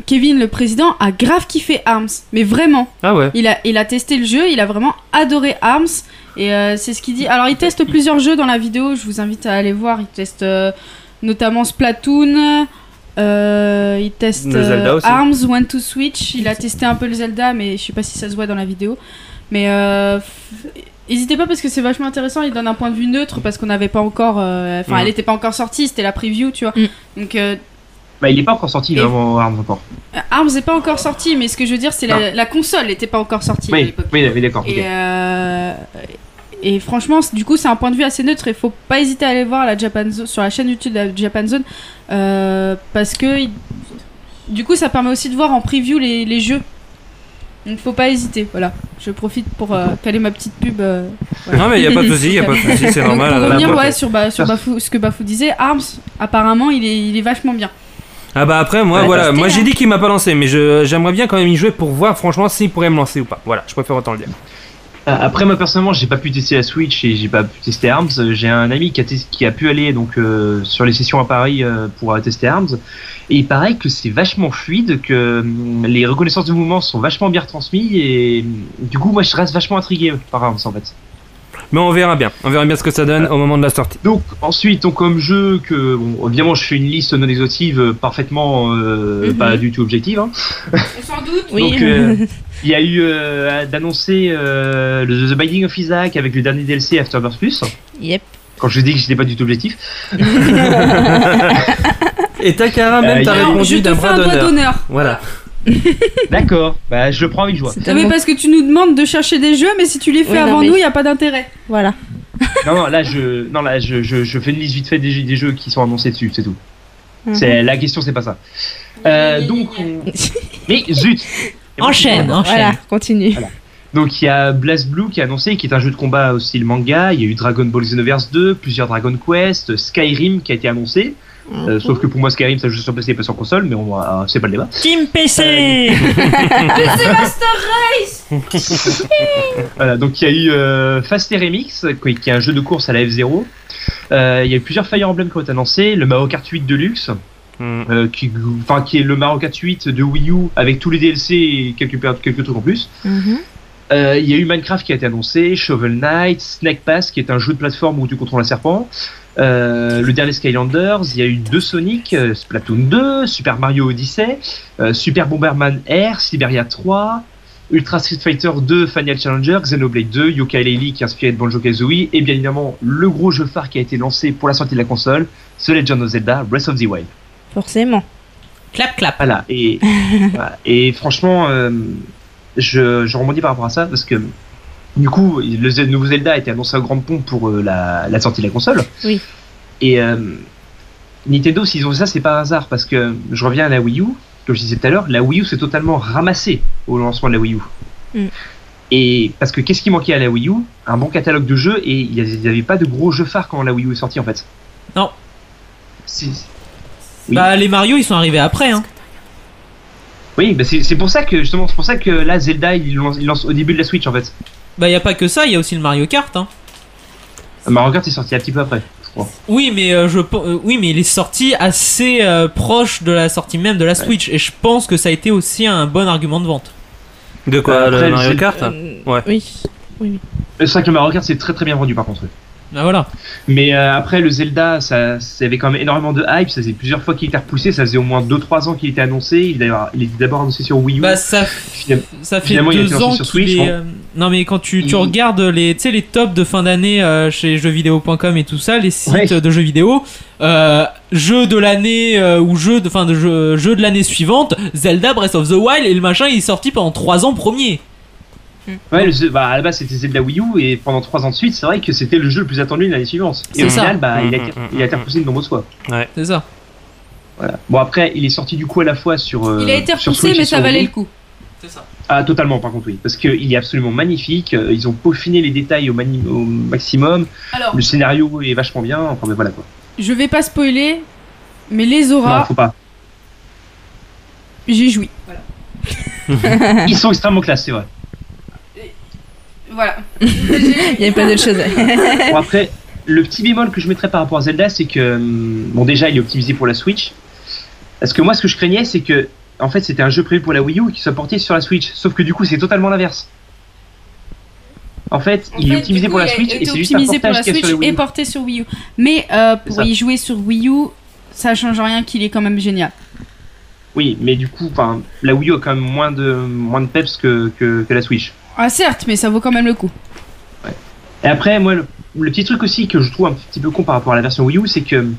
Kevin, le président, a grave kiffé Arms. Mais vraiment.
Ah ouais.
Il a, il a testé le jeu, il a vraiment adoré Arms. Et euh, c'est ce qu'il dit. Alors, il teste plusieurs jeux dans la vidéo. Je vous invite à aller voir. Il teste euh, notamment Splatoon. euh, il teste
Le Zelda
euh,
aussi.
Arms, One to Switch. Il a testé un peu le Zelda, mais je sais pas si ça se voit dans la vidéo. Mais euh, f- Hésitez pas parce que c'est vachement intéressant. Il donne un point de vue neutre parce qu'on n'avait pas encore. euh, Enfin,
Mm.
elle n'était pas encore sortie, c'était la preview, tu vois. Donc, euh,
Bah, il est pas encore sorti, là,
Et-
avant Arms encore.
Euh, Arms n'est pas encore sortie, mais ce que je veux dire, c'est la,
Ah.
la console n'était pas encore sortie. à
Oui,
l'époque.
oui, oui, d'accord.
Et,
ok.
euh, et franchement, c'est- du coup, c'est un point de vue assez neutre. Il faut pas hésiter à aller voir la Japan Zone, sur la chaîne YouTube de la Japan Zone euh, parce que il- du coup, ça permet aussi de voir en preview les, les jeux. Donc, faut pas hésiter. Voilà, je profite pour euh, caler ma petite pub. euh, voilà.
Non, mais y a pas de souci, y a pas de souci, c'est
Donc,
normal,
pour
elle a
revenir,
pas
ouais,
fait.
sur, Ba- sur Bafou- ce que Bafou disait, Arms, apparemment, il est, il est vachement bien.
Ah bah après moi
Ouais,
voilà,
c'était
moi j'ai
bien.
dit qu'il m'a pas lancé, mais je- j'aimerais bien quand même y jouer pour voir franchement s'il pourrait me lancer ou pas. Voilà, je préfère autant le dire.
Ah, Après, moi personnellement, j'ai pas pu tester la Switch et j'ai pas pu tester Arms. Euh, J'ai un ami qui a, tes- qui a pu aller donc euh, sur les sessions à Paris euh, pour euh, tester Arms. Et il paraît que c'est vachement fluide, que hum, les reconnaissances de mouvement sont vachement bien transmises et hum, du coup, moi je reste vachement intrigué par Arms en fait.
Mais on verra bien, on verra bien ce que ça donne au moment de la sortie.
Donc ensuite, donc comme jeu que bon, évidemment, je fais une liste non exhaustive, euh, parfaitement euh,
Mhm.
pas du tout objective. hein.
Sans doute,
Donc, euh, il y a eu euh, d'annoncer euh, le The Binding of Isaac avec le dernier DLC Afterbirth Plus.
Yep.
Quand je dis que j'étais pas du tout objectif.
Et Takara
même
même
Euh,
t'as
t'as alors,
répondu
répondu je te
d'un
d'un fais bras
bras
un doigt
d'honneur.
d'honneur.
d'honneur.
Voilà.
D'accord, bah je le prends avec joie.
Ah oui, parce que tu nous demandes de chercher des jeux, mais si tu les fais
Oui, non,
avant
mais-
nous, il n'y a pas d'intérêt.
Voilà.
Non, non, là je, non, là, je, je, je fais une liste vite fait des, jeux- des jeux qui sont annoncés dessus, c'est tout.
Mhm.
C'est La question, c'est pas ça. Euh, donc. on- Mais zut
Enchaîne, enchaîne.
Voilà, continue.
Donc il y a BlazBlue qui a annoncé, qui est un jeu de combat aussi le manga. Il y a eu Dragon Ball Xenoverse 2, plusieurs Dragon Quest, euh, Skyrim qui a été annoncé. Euh, sauf que pour moi Skyrim ça joue sur PC et pas sur console, mais on va- euh, c'est pas le débat.
Team PC
PC Master Race
Voilà, donc il y a eu euh, Fast RMX, qui qui est un jeu de course à la F0. Euh, Il y a eu plusieurs Fire Emblem qui ont été annoncés, le Mario Kart 8 Deluxe,
Hmm.
euh, qui, enfin, qui est le Mario Kart 8 de Wii U avec tous les DLC et quelques, quelques trucs en plus. Euh, Il y a eu Minecraft qui a été annoncé, Shovel Knight, Snake Pass qui est un jeu de plateforme où tu contrôles un serpent, euh, le dernier Skylanders, il y a eu deux Sonic, euh, Splatoon 2, Super Mario Odyssey, euh, Super Bomberman Air, Siberia 3, Ultra Street Fighter 2, Final Challenger, Xenoblade 2, Yoka Lely qui est inspiré de Banjo Kazooie et bien évidemment le gros jeu phare qui a été lancé pour la sortie de la console, The Legend of Zelda Breath of the Wild.
Forcément.
Clap, clap.
Voilà, et, voilà. et franchement, euh, je, je rebondis par rapport à ça parce que du coup, le Z- nouveau Zelda a été annoncé à grande pompe pour euh, la, la sortie de la console.
Oui.
Et euh, Nintendo, s'ils ont fait ça, c'est pas un hasard parce que je reviens à la Wii U, comme je disais tout à l'heure, la Wii U s'est totalement ramassée au lancement de la Wii U.
Mm.
Et parce que qu'est-ce qui manquait à la Wii U Un bon catalogue de jeux et il n'y avait pas de gros jeux phares quand la Wii U est sortie en fait.
Non.
Si.
Bah, les Mario, ils sont arrivés après. Hein.
Oui, bah c'est c'est pour ça que justement, c'est pour ça que là Zelda il lance, il lance au début de la Switch en fait.
Bah, y a pas que ça, y a aussi le Mario Kart. Hein.
Mario Kart est sorti un petit peu après, je crois.
Oui, mais euh, je pe- euh, oui, mais il est sorti assez euh, proche de la sortie même de la Switch et je pense que ça a été aussi un bon argument de vente.
De quoi
Euh, après,
le Mario
c'est-
Kart
euh,
Ouais.
Oui. Oui.
Euh, C'est vrai que le Mario Kart c'est très très bien vendu par contre.
Bah voilà.
Mais euh, après le Zelda, ça, ça avait quand même énormément de hype, ça faisait plusieurs fois qu'il était repoussé, ça faisait au moins 2-3 ans qu'il était annoncé, il, d'ailleurs- il était d'abord annoncé sur Wii U.
Bah ça,
Finalement-
Ça fait
finalement, il a été
deux
lancé
ans
sur
qu'il
Switch.
est.
hein. Mm.
euh, Non mais quand tu, tu regardes les, tu sais, les tops de fin d'année euh, chez jeuxvideo.com et tout ça, les sites
Ouais.
de jeux vidéo, euh, jeu de l'année euh, ou jeu de fin de jeu, jeu de l'année suivante, Zelda Breath of the Wild et le machin il est sorti pendant trois ans premier.
Ouais, le jeu- bah, à la base c'était Zelda Wii U et pendant 3 ans de suite, c'est vrai que c'était le jeu le plus attendu de l'année suivante. Et
C'est
au
ça.
final, bah, il, a,
Mm,
été- il a été repoussé de nombreuses fois.
Ouais.
C'est ça.
Voilà. Bon après, il est sorti du coup à la fois sur. euh,
Il a été
sur
repoussé,
Switch et
mais
sur
ça valait
Wii.
le coup.
C'est ça.
Ah, totalement, par contre, oui. Parce qu'il est absolument magnifique. euh, Ils ont peaufiné les détails au, mani- au maximum.
Alors-
Le scénario est vachement bien. Enfin, ben voilà quoi.
Je vais pas spoiler, mais les
Non,
auras,
faut pas.
j'ai joui.
Ils sont extrêmement classe, c'est vrai.
Voilà.
Il n'y avait pas d'autre chose.
Bon, après, le petit bémol que je mettrais par rapport à Zelda, c'est que. hum, Bon, déjà, il est optimisé pour la Switch. Parce que moi, ce que je craignais, c'est que. En fait, c'était un jeu prévu pour la Wii U et qui soit porté sur la Switch. Sauf que du coup, c'est totalement l'inverse. En fait, il est optimisé pour la Switch et c'est juste un
optimisé pour la
portage qu'il y a
Switch
sur la Wii
et
U.
porté sur Wii U. Mais euh,
C'est
pour
ça.
y jouer sur Wii U, ça change rien qu'il est quand même génial.
Oui, mais du coup, enfin, la Wii U a quand même moins de, moins de peps que, que, que la Switch.
Ah certes, mais ça vaut quand même le coup.
Et après, moi, le, le petit truc aussi que je trouve un petit peu con par rapport à la version Wii U, c'est que hum,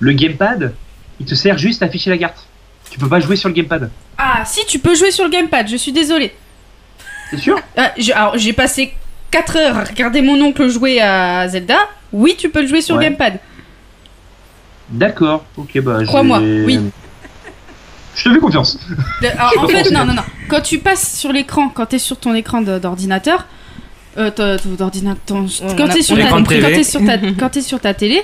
le gamepad, il te sert juste à afficher la carte. Tu peux pas jouer sur le gamepad.
Ah si, tu peux jouer sur le gamepad, je suis désolée.
C'est sûr
Ah, je- Alors j'ai passé 4 heures à regarder mon oncle jouer à Zelda. Oui, tu peux le jouer sur
Ouais.
le gamepad.
D'accord, ok, bah. j'ai-
Crois-moi, oui.
Je te fais confiance.
De- alors,
Je sais
en
pas
fait,
comment
non,
c'est.
non, non. Quand tu passes sur l'écran, quand t'es sur ton écran de- d'ordinateur, euh, t'as- t'as- d'ordinateur, ton- quand
on a-
t'es sur,
on
ta-
a-
quand
L'écran de
t'es
télé.
sur ta- quand t'es sur ta télé,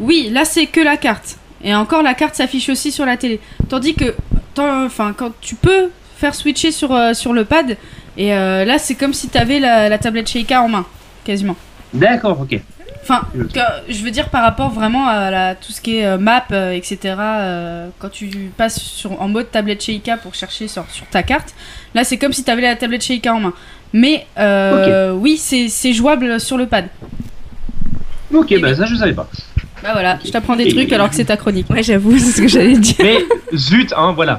oui, là c'est que la carte. Et encore, la carte s'affiche aussi sur la télé. Tandis que, t'en- enfin, quand tu peux faire switcher sur, euh, sur le pad, et euh, là c'est comme si t'avais la, la tablette Sheikah en main, quasiment.
D'accord, ok.
Enfin, que- je veux dire par rapport vraiment à la- tout ce qui est euh, map, euh, etc. euh, quand tu passes sur, en mode tablette Sheikah pour chercher sur, sur ta carte, là c'est comme si tu avais la tablette Sheikah en main. Mais euh, oui, c'est c'est jouable sur le pad.
Ok, bah ça, je savais pas.
Bah voilà, je t'apprends des
Et-
trucs alors que c'est ta chronique.
Ouais, j'avoue, c'est ce que j'allais dire.
Mais zut, hein, voilà.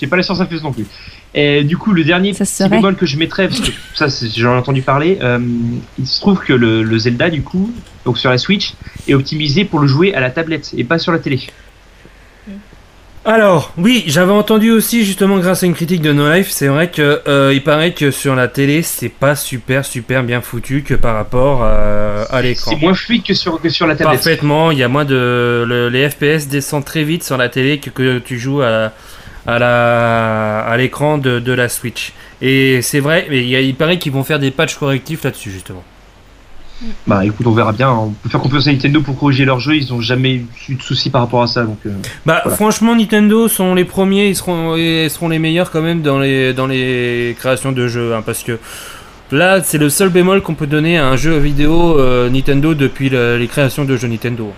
J'ai pas la science infuse non plus. Et du coup, le dernier petit
serait.
bémol que je mettrais, parce que ça, c'est- j'en ai entendu parler, euh, il se trouve que le, le Zelda, du coup, donc sur la Switch, est optimisé pour le jouer à la tablette et pas sur la télé.
Alors, oui, j'avais entendu aussi justement grâce à une critique de No Life, c'est vrai que euh, il paraît que sur la télé, c'est pas super super bien foutu que par rapport euh, à l'écran.
C'est moins fluide que sur, que sur la tablette.
Parfaitement, il y a moins de le- les FPS descendent très vite sur la télé que, que tu joues à à la à l'écran de, de la Switch. Et c'est vrai, mais il, y a- il paraît qu'ils vont faire des patchs correctifs là-dessus justement.
Bah écoute, on verra bien. hein. On peut faire confiance à Nintendo pour corriger leur jeu, ils ont jamais eu de soucis par rapport à ça. Donc, euh,
Bah
voilà.
franchement Nintendo sont les premiers, ils seront, ils seront les meilleurs quand même dans les, dans les créations de jeux hein, parce que là c'est le seul bémol qu'on peut donner à un jeu vidéo euh, Nintendo depuis le- les créations de jeux Nintendo.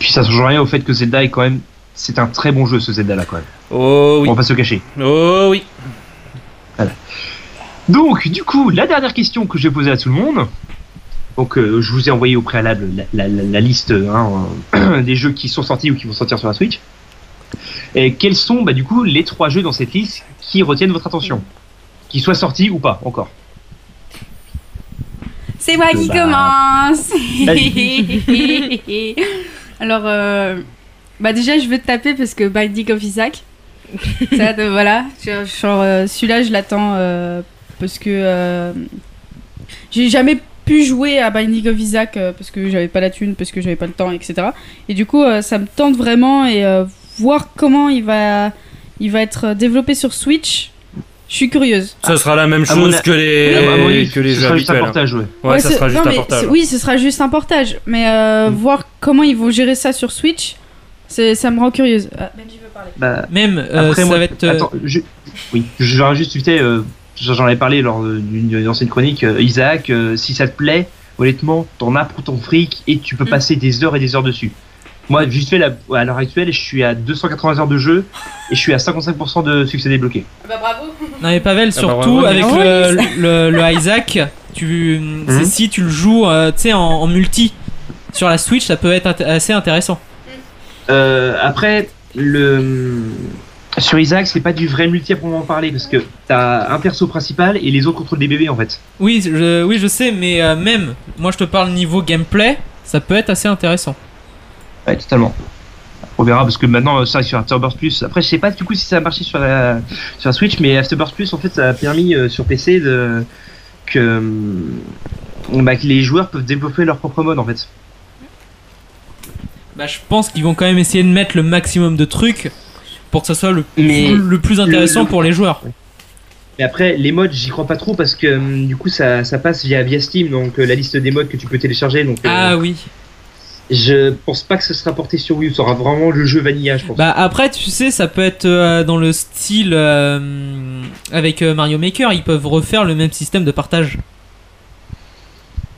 Puis ça change rien au fait que Zelda est quand même. C'est un très bon jeu ce Zelda là quand même.
Oh oui.
On va pas se le cacher.
Oh oui.
Donc, du coup, la dernière question que j'ai posée à tout le monde. Donc, euh, je vous ai envoyé au préalable la, la- la- la liste hein, euh, des jeux qui sont sortis ou qui vont sortir sur la Switch. Et quels sont, bah, du coup, les trois jeux dans cette liste qui retiennent votre attention Qu'ils soient sortis ou pas, encore.
C'est moi qui
Bah.
commence
Vas-y.
Alors, euh, bah déjà, je veux te taper parce que Binding of Isaac, ça, de- voilà, Je- genre, euh, celui-là, je l'attends euh, parce que euh, j'ai jamais pu jouer à Binding of Isaac euh, parce que j'avais pas la thune, parce que j'avais pas le temps, etc. Et du coup, euh, ça me tente vraiment et euh, voir comment il va, il va être développé sur Switch, je suis curieuse.
Ça sera la même
À mon
chose
a-
que les,
Oui, à mon avis,
que les
ce
jeux
sera juste un
habituels. hein.
portage, ouais.
Ouais, ça
c'est-
sera
non,
juste un Hmm.
mais
portage.
c'est- Oui, ce sera juste un portage. Mais euh, voir comment ils vont gérer ça sur Switch, c'est- ça me rend curieuse. Ah,
Bah,
Même, euh, ça va être, euh,
Attends, je... Oui, je vais juste vite, euh, j'en avais parlé lors de- d'une d'une ancienne chronique. euh, Isaac, euh, si ça te plaît, honnêtement, t'en as pour ton fric et tu peux
Mm.
passer des heures et des heures dessus. Moi, vite fait, là, à l'heure actuelle, je suis à 280 heures de jeu et je suis à 55% de succès débloqué.
bah bravo
Non mais Pavel,
Ah bah,
surtout
bravo.
avec
Ah
le,
oui.
le, le Isaac, tu,
Mhm.
c'est si tu le joues euh, tu sais, en, en multi sur la Switch, ça peut être int- assez intéressant.
Euh, après, le... sur Isaac, c'est pas du vrai multi à proprement parler parce que t'as un perso principal et les autres contrôlent des bébés en fait.
Oui, je, oui, je sais, mais euh, même, moi je te parle niveau gameplay, ça peut être assez intéressant.
Ouais, totalement. On verra parce que maintenant euh, ça sur Afterbirth Plus. Après, je sais pas du coup si ça a marché sur la, sur la Switch, mais Afterbirth Plus en fait ça a permis euh, sur PC de que euh, bah, que les joueurs peuvent développer leur propre mode en fait.
Bah, je pense qu'ils vont quand même essayer de mettre le maximum de trucs pour que ça soit le,
Mais
plus, le plus intéressant
le-
pour les joueurs.
Mais après, les modes, j'y crois pas trop parce que hum, du coup, ça, ça passe via, via Steam, donc euh, la liste des modes que tu peux télécharger. Donc, euh,
Ah oui.
Je pense pas que ce sera porté sur Wii U, ça sera vraiment le jeu vanilla, je pense.
Bah après, tu sais, ça peut être euh, dans le style euh, avec euh, Mario Maker, ils peuvent refaire le même système de partage.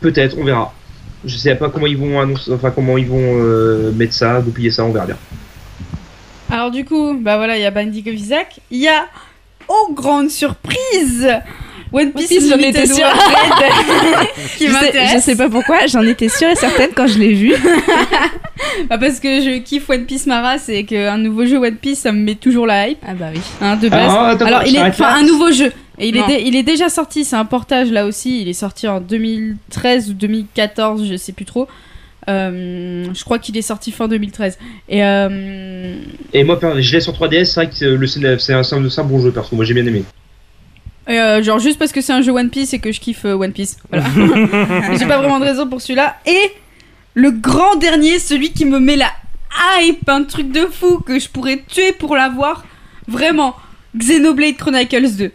Peut-être, on verra. Je sais pas comment ils vont annoncer, enfin comment ils vont euh, mettre ça, goupiller ça, on verra bien.
Alors du coup, bah voilà, il y a Bandy Isaac, il y a, oh grande surprise, One Piece,
Piece, j'en
Limited
étais sûre.
World qui
je, sais, je
m'intéresse.
sais pas pourquoi, j'en étais sûre et certaine quand je l'ai vu.
Bah, parce que je kiffe One Piece Mara, c'est qu'un nouveau jeu One Piece, ça me met toujours la hype. Ah bah oui. Hein, de base.
Alors, attends,
Alors il est,
j'arrête
enfin,
là.
un nouveau jeu. Et il est,
Non.
dé- il est déjà sorti, c'est un portage là aussi. Il est sorti en 2013 ou 2014, je sais plus trop. Euh, je crois qu'il est sorti fin 2013. Et euh,
Et moi, per- je l'ai sur 3DS, c'est vrai que euh, le scén- c'est un, c'est un- c'est un bon jeu, parce que moi j'ai bien aimé.
Et, euh, genre juste parce que c'est un jeu One Piece et que je kiffe euh, One Piece. Voilà. J'ai pas vraiment de raison pour celui-là. Et le grand dernier, celui qui me met la hype, un truc de fou que je pourrais tuer pour l'avoir. Vraiment, Xenoblade Chronicles 2.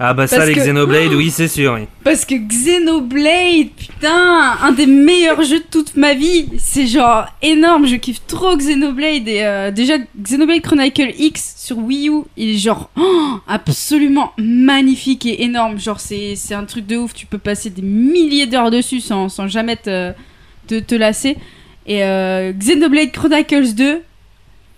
Ah bah ça,
Parce
avec
que-
Xenoblade, oui, c'est sûr. oui.
Parce que Xenoblade, putain, un des meilleurs jeux de toute ma vie. C'est genre énorme, je kiffe trop Xenoblade. Et euh, déjà, Xenoblade Chronicle X sur Wii U, il est genre oh, absolument magnifique et énorme. Genre, c'est c'est un truc de ouf, tu peux passer des milliers d'heures dessus sans, sans jamais te, te, te lasser. Et euh, Xenoblade Chronicles 2,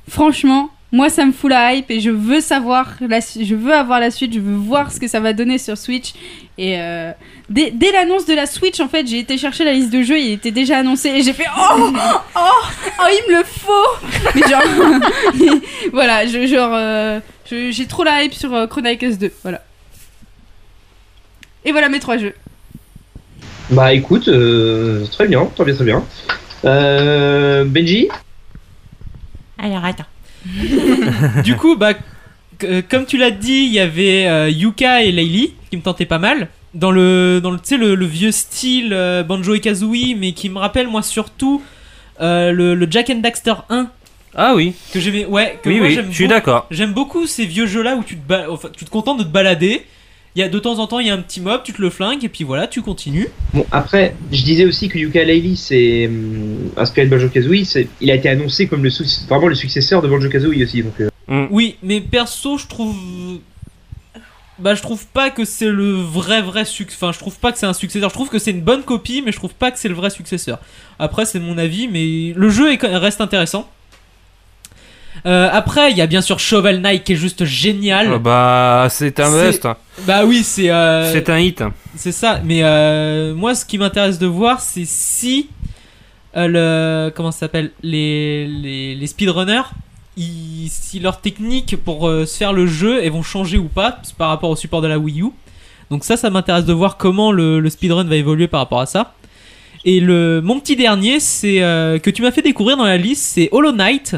franchement, moi ça me fout la hype et je veux savoir, la su- je veux avoir la suite, je veux voir ce que ça va donner sur Switch. Et euh, dès, dès l'annonce de la Switch, en fait, j'ai été chercher la liste de jeux, il était déjà annoncé et j'ai fait oh, oh, oh, il me le faut. Mais genre, voilà, je- genre, euh, je- j'ai trop la hype sur euh, Chronicles 2, voilà. Et voilà mes trois jeux.
Bah écoute, euh, très bien, très bien, très bien. Euh, Benji
Alors attends. du coup, bah, c- euh, comme tu l'as dit, il y avait euh, Yuka et Laylee qui me tentaient pas mal. Dans le, dans le, tu sais, le, le vieux style euh, Banjo et Kazooie, mais qui me rappelle moi surtout euh, le, le Jack and Daxter 1.
Ah oui.
Que j'aimais, ouais, que
Oui,
moi
oui,
j'aime
je suis
beaucoup-
d'accord.
J'aime beaucoup ces vieux jeux là où tu te, ba- enfin, tu te contentes de te balader. Il y a de temps en temps, il y a un petit mob, tu te le flingues et puis voilà, tu continues.
Bon, après, je disais aussi que Yuka Laylee, c'est hum, inspiré de Banjo Kazooie, c'est- il a été annoncé comme le sou- vraiment le successeur de Banjo Kazooie aussi, donc. euh,
Oui, mais perso, je trouve. Bah, je trouve pas que c'est le vrai, vrai succès. Enfin, je trouve pas que c'est un successeur. Je trouve que c'est une bonne copie, mais je trouve pas que c'est le vrai successeur. Après, c'est mon avis, mais le jeu est- reste intéressant. Euh, après, il y a bien sûr Shovel Knight qui est juste génial.
Ah Bah c'est un
C'est-
must.
Bah oui, c'est. euh,
C'est un hit.
C'est ça. Mais euh, moi, ce qui m'intéresse de voir, c'est si euh, le comment ça s'appelle les, les, les speedrunners, ils- si leur technique pour euh, se faire le jeu, elles vont changer ou pas par rapport au support de la Wii U. Donc ça, ça m'intéresse de voir comment le, le speedrun va évoluer par rapport à ça. Et le mon petit dernier, c'est euh, que tu m'as fait découvrir dans la liste, c'est Hollow Knight.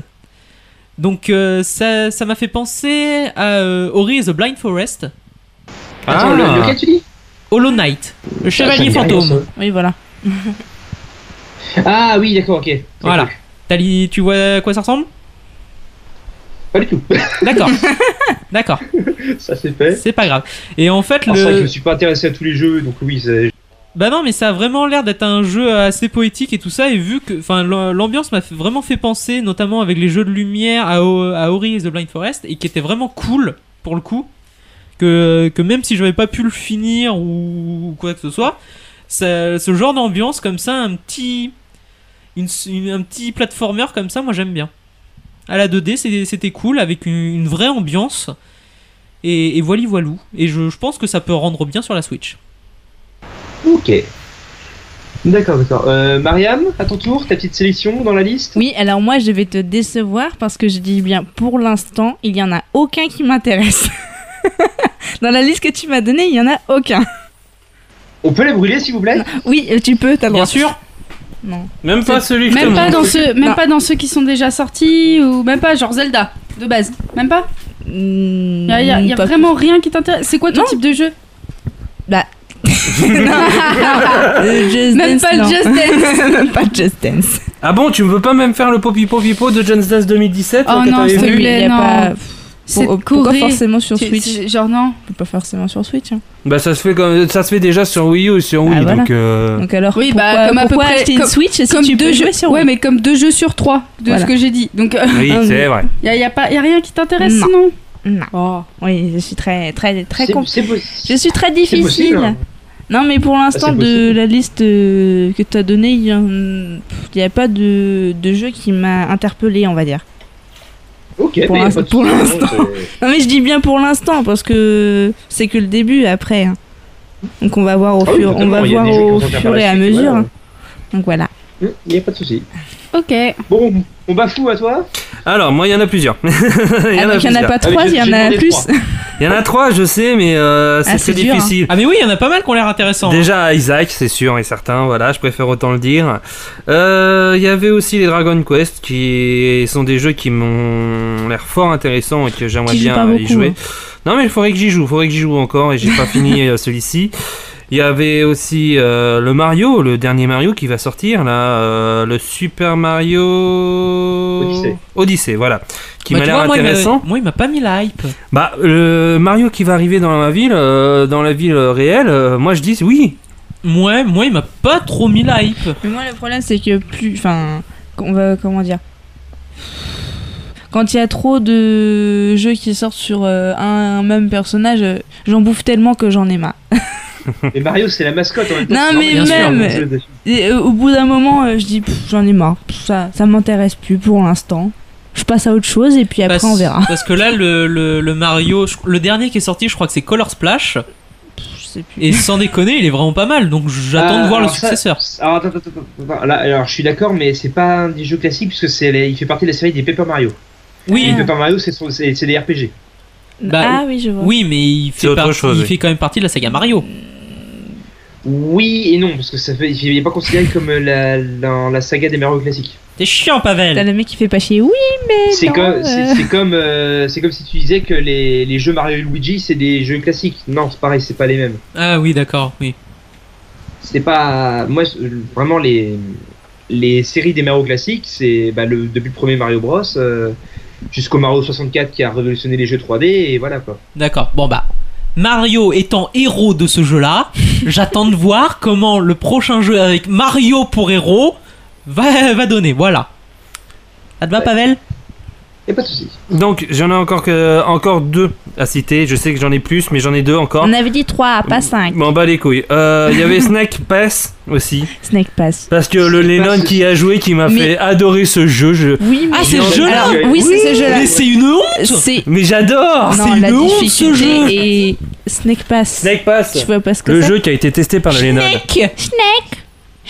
Donc euh, ça ça m'a fait penser à euh, Ori et the Blind Forest. Ah,
Ah.
Attends, le- lequel tu dis
Hollow Knight, le chevalier
ça me dit rien,
fantôme.
Oui, voilà.
Ah oui, d'accord, ok.
Voilà. Tali, tu vois à quoi ça ressemble
Pas du tout.
D'accord. D'accord.
Ça c'est fait.
C'est pas grave. Et en fait,
Alors, c'est
le-
vrai que je me suis pas intéressé à tous les jeux, donc oui, c'est-
Bah non, mais ça a vraiment l'air d'être un jeu euh, assez poétique et tout ça. Et vu que, enfin, l'am- l'ambiance m'a fait- vraiment fait penser, notamment avec les jeux de lumière à, O- à Ori et the Blind Forest, et qui était vraiment cool pour le coup. Que, que même si j'avais pas pu le finir ou, ou quoi que ce soit, ça- ce genre d'ambiance comme ça, un petit, une, une- un petit platformer comme ça, moi j'aime bien. À la 2D, c'est- c'était cool avec une, une vraie ambiance. Et, et voili voilou. Et je- je pense que ça peut rendre bien sur la Switch.
Ok. D'accord, d'accord. Euh, Mariam, à ton tour, ta petite sélection dans la liste
Oui, alors moi je vais te décevoir parce que je dis bien pour l'instant, il y en a aucun qui m'intéresse. Dans la liste que tu m'as donnée, il y en a aucun.
On peut les brûler s'il vous plaît
Oui, euh, tu peux, t'as le droit. Bien
sûr.
Non.
Même pas celui que je te
Même pas
montre.
dans ceux, même
Non.
pas dans ceux qui sont déjà sortis ou même pas genre Zelda de base, même pas.
Il
y a, y a- y a
pas
vraiment rien qui t'intéresse. C'est quoi ton type de jeu
Bah.
Le Just Même Dance, pas le non. Just Dance.
même pas le Just Dance.
Ah bon, tu ne veux pas même faire le Popipo Pipo de John's Dance 2017
Oh
là, que
non,
t'avais
s'il te
vu
plaît,
Il y a
non.
pas-
C'est
Pour- pourquoi
Corée.
forcément sur
Tu-
Switch
c'est- Genre non.
Pas forcément sur Switch. hein.
Bah ça se fait comme ça se fait déjà sur Wii U et sur Wii
Ah, voilà.
donc. euh,
Donc alors,
Oui,
pourquoi,
bah comme à peu
pourquoi
près
acheter une
comme-
Switch si
comme
tu
deux
peux
jeux-
jouer sur
Ouais, mais comme deux jeux sur trois de
Voilà.
ce que j'ai dit. Donc euh,
Oui c'est vrai.
y a, y a pas y a rien qui t'intéresse
Non.
sinon.
Non.
Oh.
Oui, je suis très, très, très
C'est-
compl-
c'est possi-
Je suis très
possible.
hein.
difficile. Non, mais pour l'instant,
Ah,
C'est
de
possible.
la liste euh, que tu as donnée, il n'y a pas de, de jeu qui m'a interpellé, on va dire.
Ok,
Pour
mais
l'inst-
pas de
pour
soucis,
l'instant.
non, c'est- Ah
Non, mais je dis bien pour l'instant, parce que c'est que le début après. hein. Donc on va voir au
Ah oui,
fur, on va
totalement, il y a
voir
des jeux qui
au
vont sortir par
fur
la
et à
suite,
mesure.
voilà.
Donc voilà. Ah,
Il n'y a pas de souci.
Ok.
Bon, on bafoue à toi
Alors moi il y en a plusieurs. Il y
donc, il y en a
plusieurs.
pas trois, il y en a plus.
Il y en a trois je sais mais euh, c'est
Ah,
très
c'est dur, hein.
difficile.
Ah mais oui, il y en a pas mal qui ont l'air intéressants. hein.
Déjà Isaac, c'est sûr et certain, voilà, je préfère autant le dire. Euh, Il y avait aussi les Dragon Quest qui sont des jeux qui m'ont l'air fort intéressants et que j'aimerais
T'y joues
bien
pas
euh, y
beaucoup,
jouer.
hein.
Non mais il faudrait que j'y joue, il faudrait que j'y joue encore et j'ai pas fini euh, celui-ci. Il y avait aussi euh, le Mario, le dernier Mario qui va sortir là, euh, le Super Mario Odyssey, voilà, qui
Bah,
m'a
tu
l'air
vois, moi, il m'a-
intéressant.
Moi, il m'a pas mis la hype.
Bah, le Mario qui va arriver dans ma ville, euh, dans la ville réelle, euh, moi je dis oui.
Ouais, moi il m'a pas trop mis la hype.
Mais moi, le problème, c'est que plus. Enfin, on va. Comment dire Quand il y a trop de jeux qui sortent sur euh, un, un même personnage, euh, j'en bouffe tellement que j'en ai marre.
Mais Mario, c'est la mascotte en même temps.
Non, mais
bien sûr,
même.
c'est- c'est-
et, euh, au bout d'un moment, euh, je dis pff, j'en ai marre. Pff, Ça, ça m'intéresse plus pour l'instant. Je passe à autre chose et puis après,
Parce-
on verra.
Parce que là, le, le, le Mario, je- le dernier qui est sorti, je crois que c'est Color Splash. Et sans déconner, il est vraiment pas mal. Donc j'attends
Ah,
de voir le
alors ça-
successeur.
alors, attends, attends, attends, attends, attends. Là, alors, je suis d'accord, mais c'est pas un des jeux classiques puisque c'est les- il fait partie de la série des Paper Mario.
Oui.
Et Paper Mario, c'est son- c'est c'est des RPG.
Bah,
ah oui, je vois.
Oui, mais il fait,
autre
partie-
chose,
il
oui.
fait quand même partie de la saga Mario.
Oui et non, parce que ça fait, il n'est pas considéré comme la, dans la saga des Mario classiques.
T'es chiant, Pavel
T'as le mec qui fait pas chier. Oui, mais.
C'est
non,
comme, c'est
euh.
c'est comme, euh, c'est comme si tu disais que les, les jeux Mario et Luigi, c'est des jeux classiques. Non, c'est pareil, c'est pas les mêmes.
Ah oui, d'accord, oui.
C'est pas, moi, je- vraiment les, les séries des Mario classiques, c'est bah, le, depuis le premier Mario Bros. euh, Jusqu'au Mario 64 qui a révolutionné les jeux 3D et voilà quoi.
D'accord, bon bah. Mario étant héros de ce jeu-là, j'attends de voir comment le prochain jeu avec Mario pour héros va, va donner. Voilà. Ça te va, Pavel
Y'a pas de soucis.
Donc j'en ai encore que encore deux à citer. Je sais que j'en ai plus, mais j'en ai deux encore.
On avait dit 3, pas 5.
M'en bats les couilles. Euh, Il y avait Snack Pass aussi.
Snake Pass.
Parce que le Lennon qui a joué, qui m'a
Mais-
fait adorer ce jeu. Je...
Oui,
Ah,
mais-
c'est ce jeu-là
Alors, oui, c'est ce jeu-là.
Mais Ah, c'est une honte
C'est-
Mais j'adore
Non,
C'est
la
une honte
difficulté
ce jeu
Et Snake Pass.
Snake Pass
Tu vois pas ce que
Le
c'est
jeu qui a été testé par le Lennon.
Snake
Snake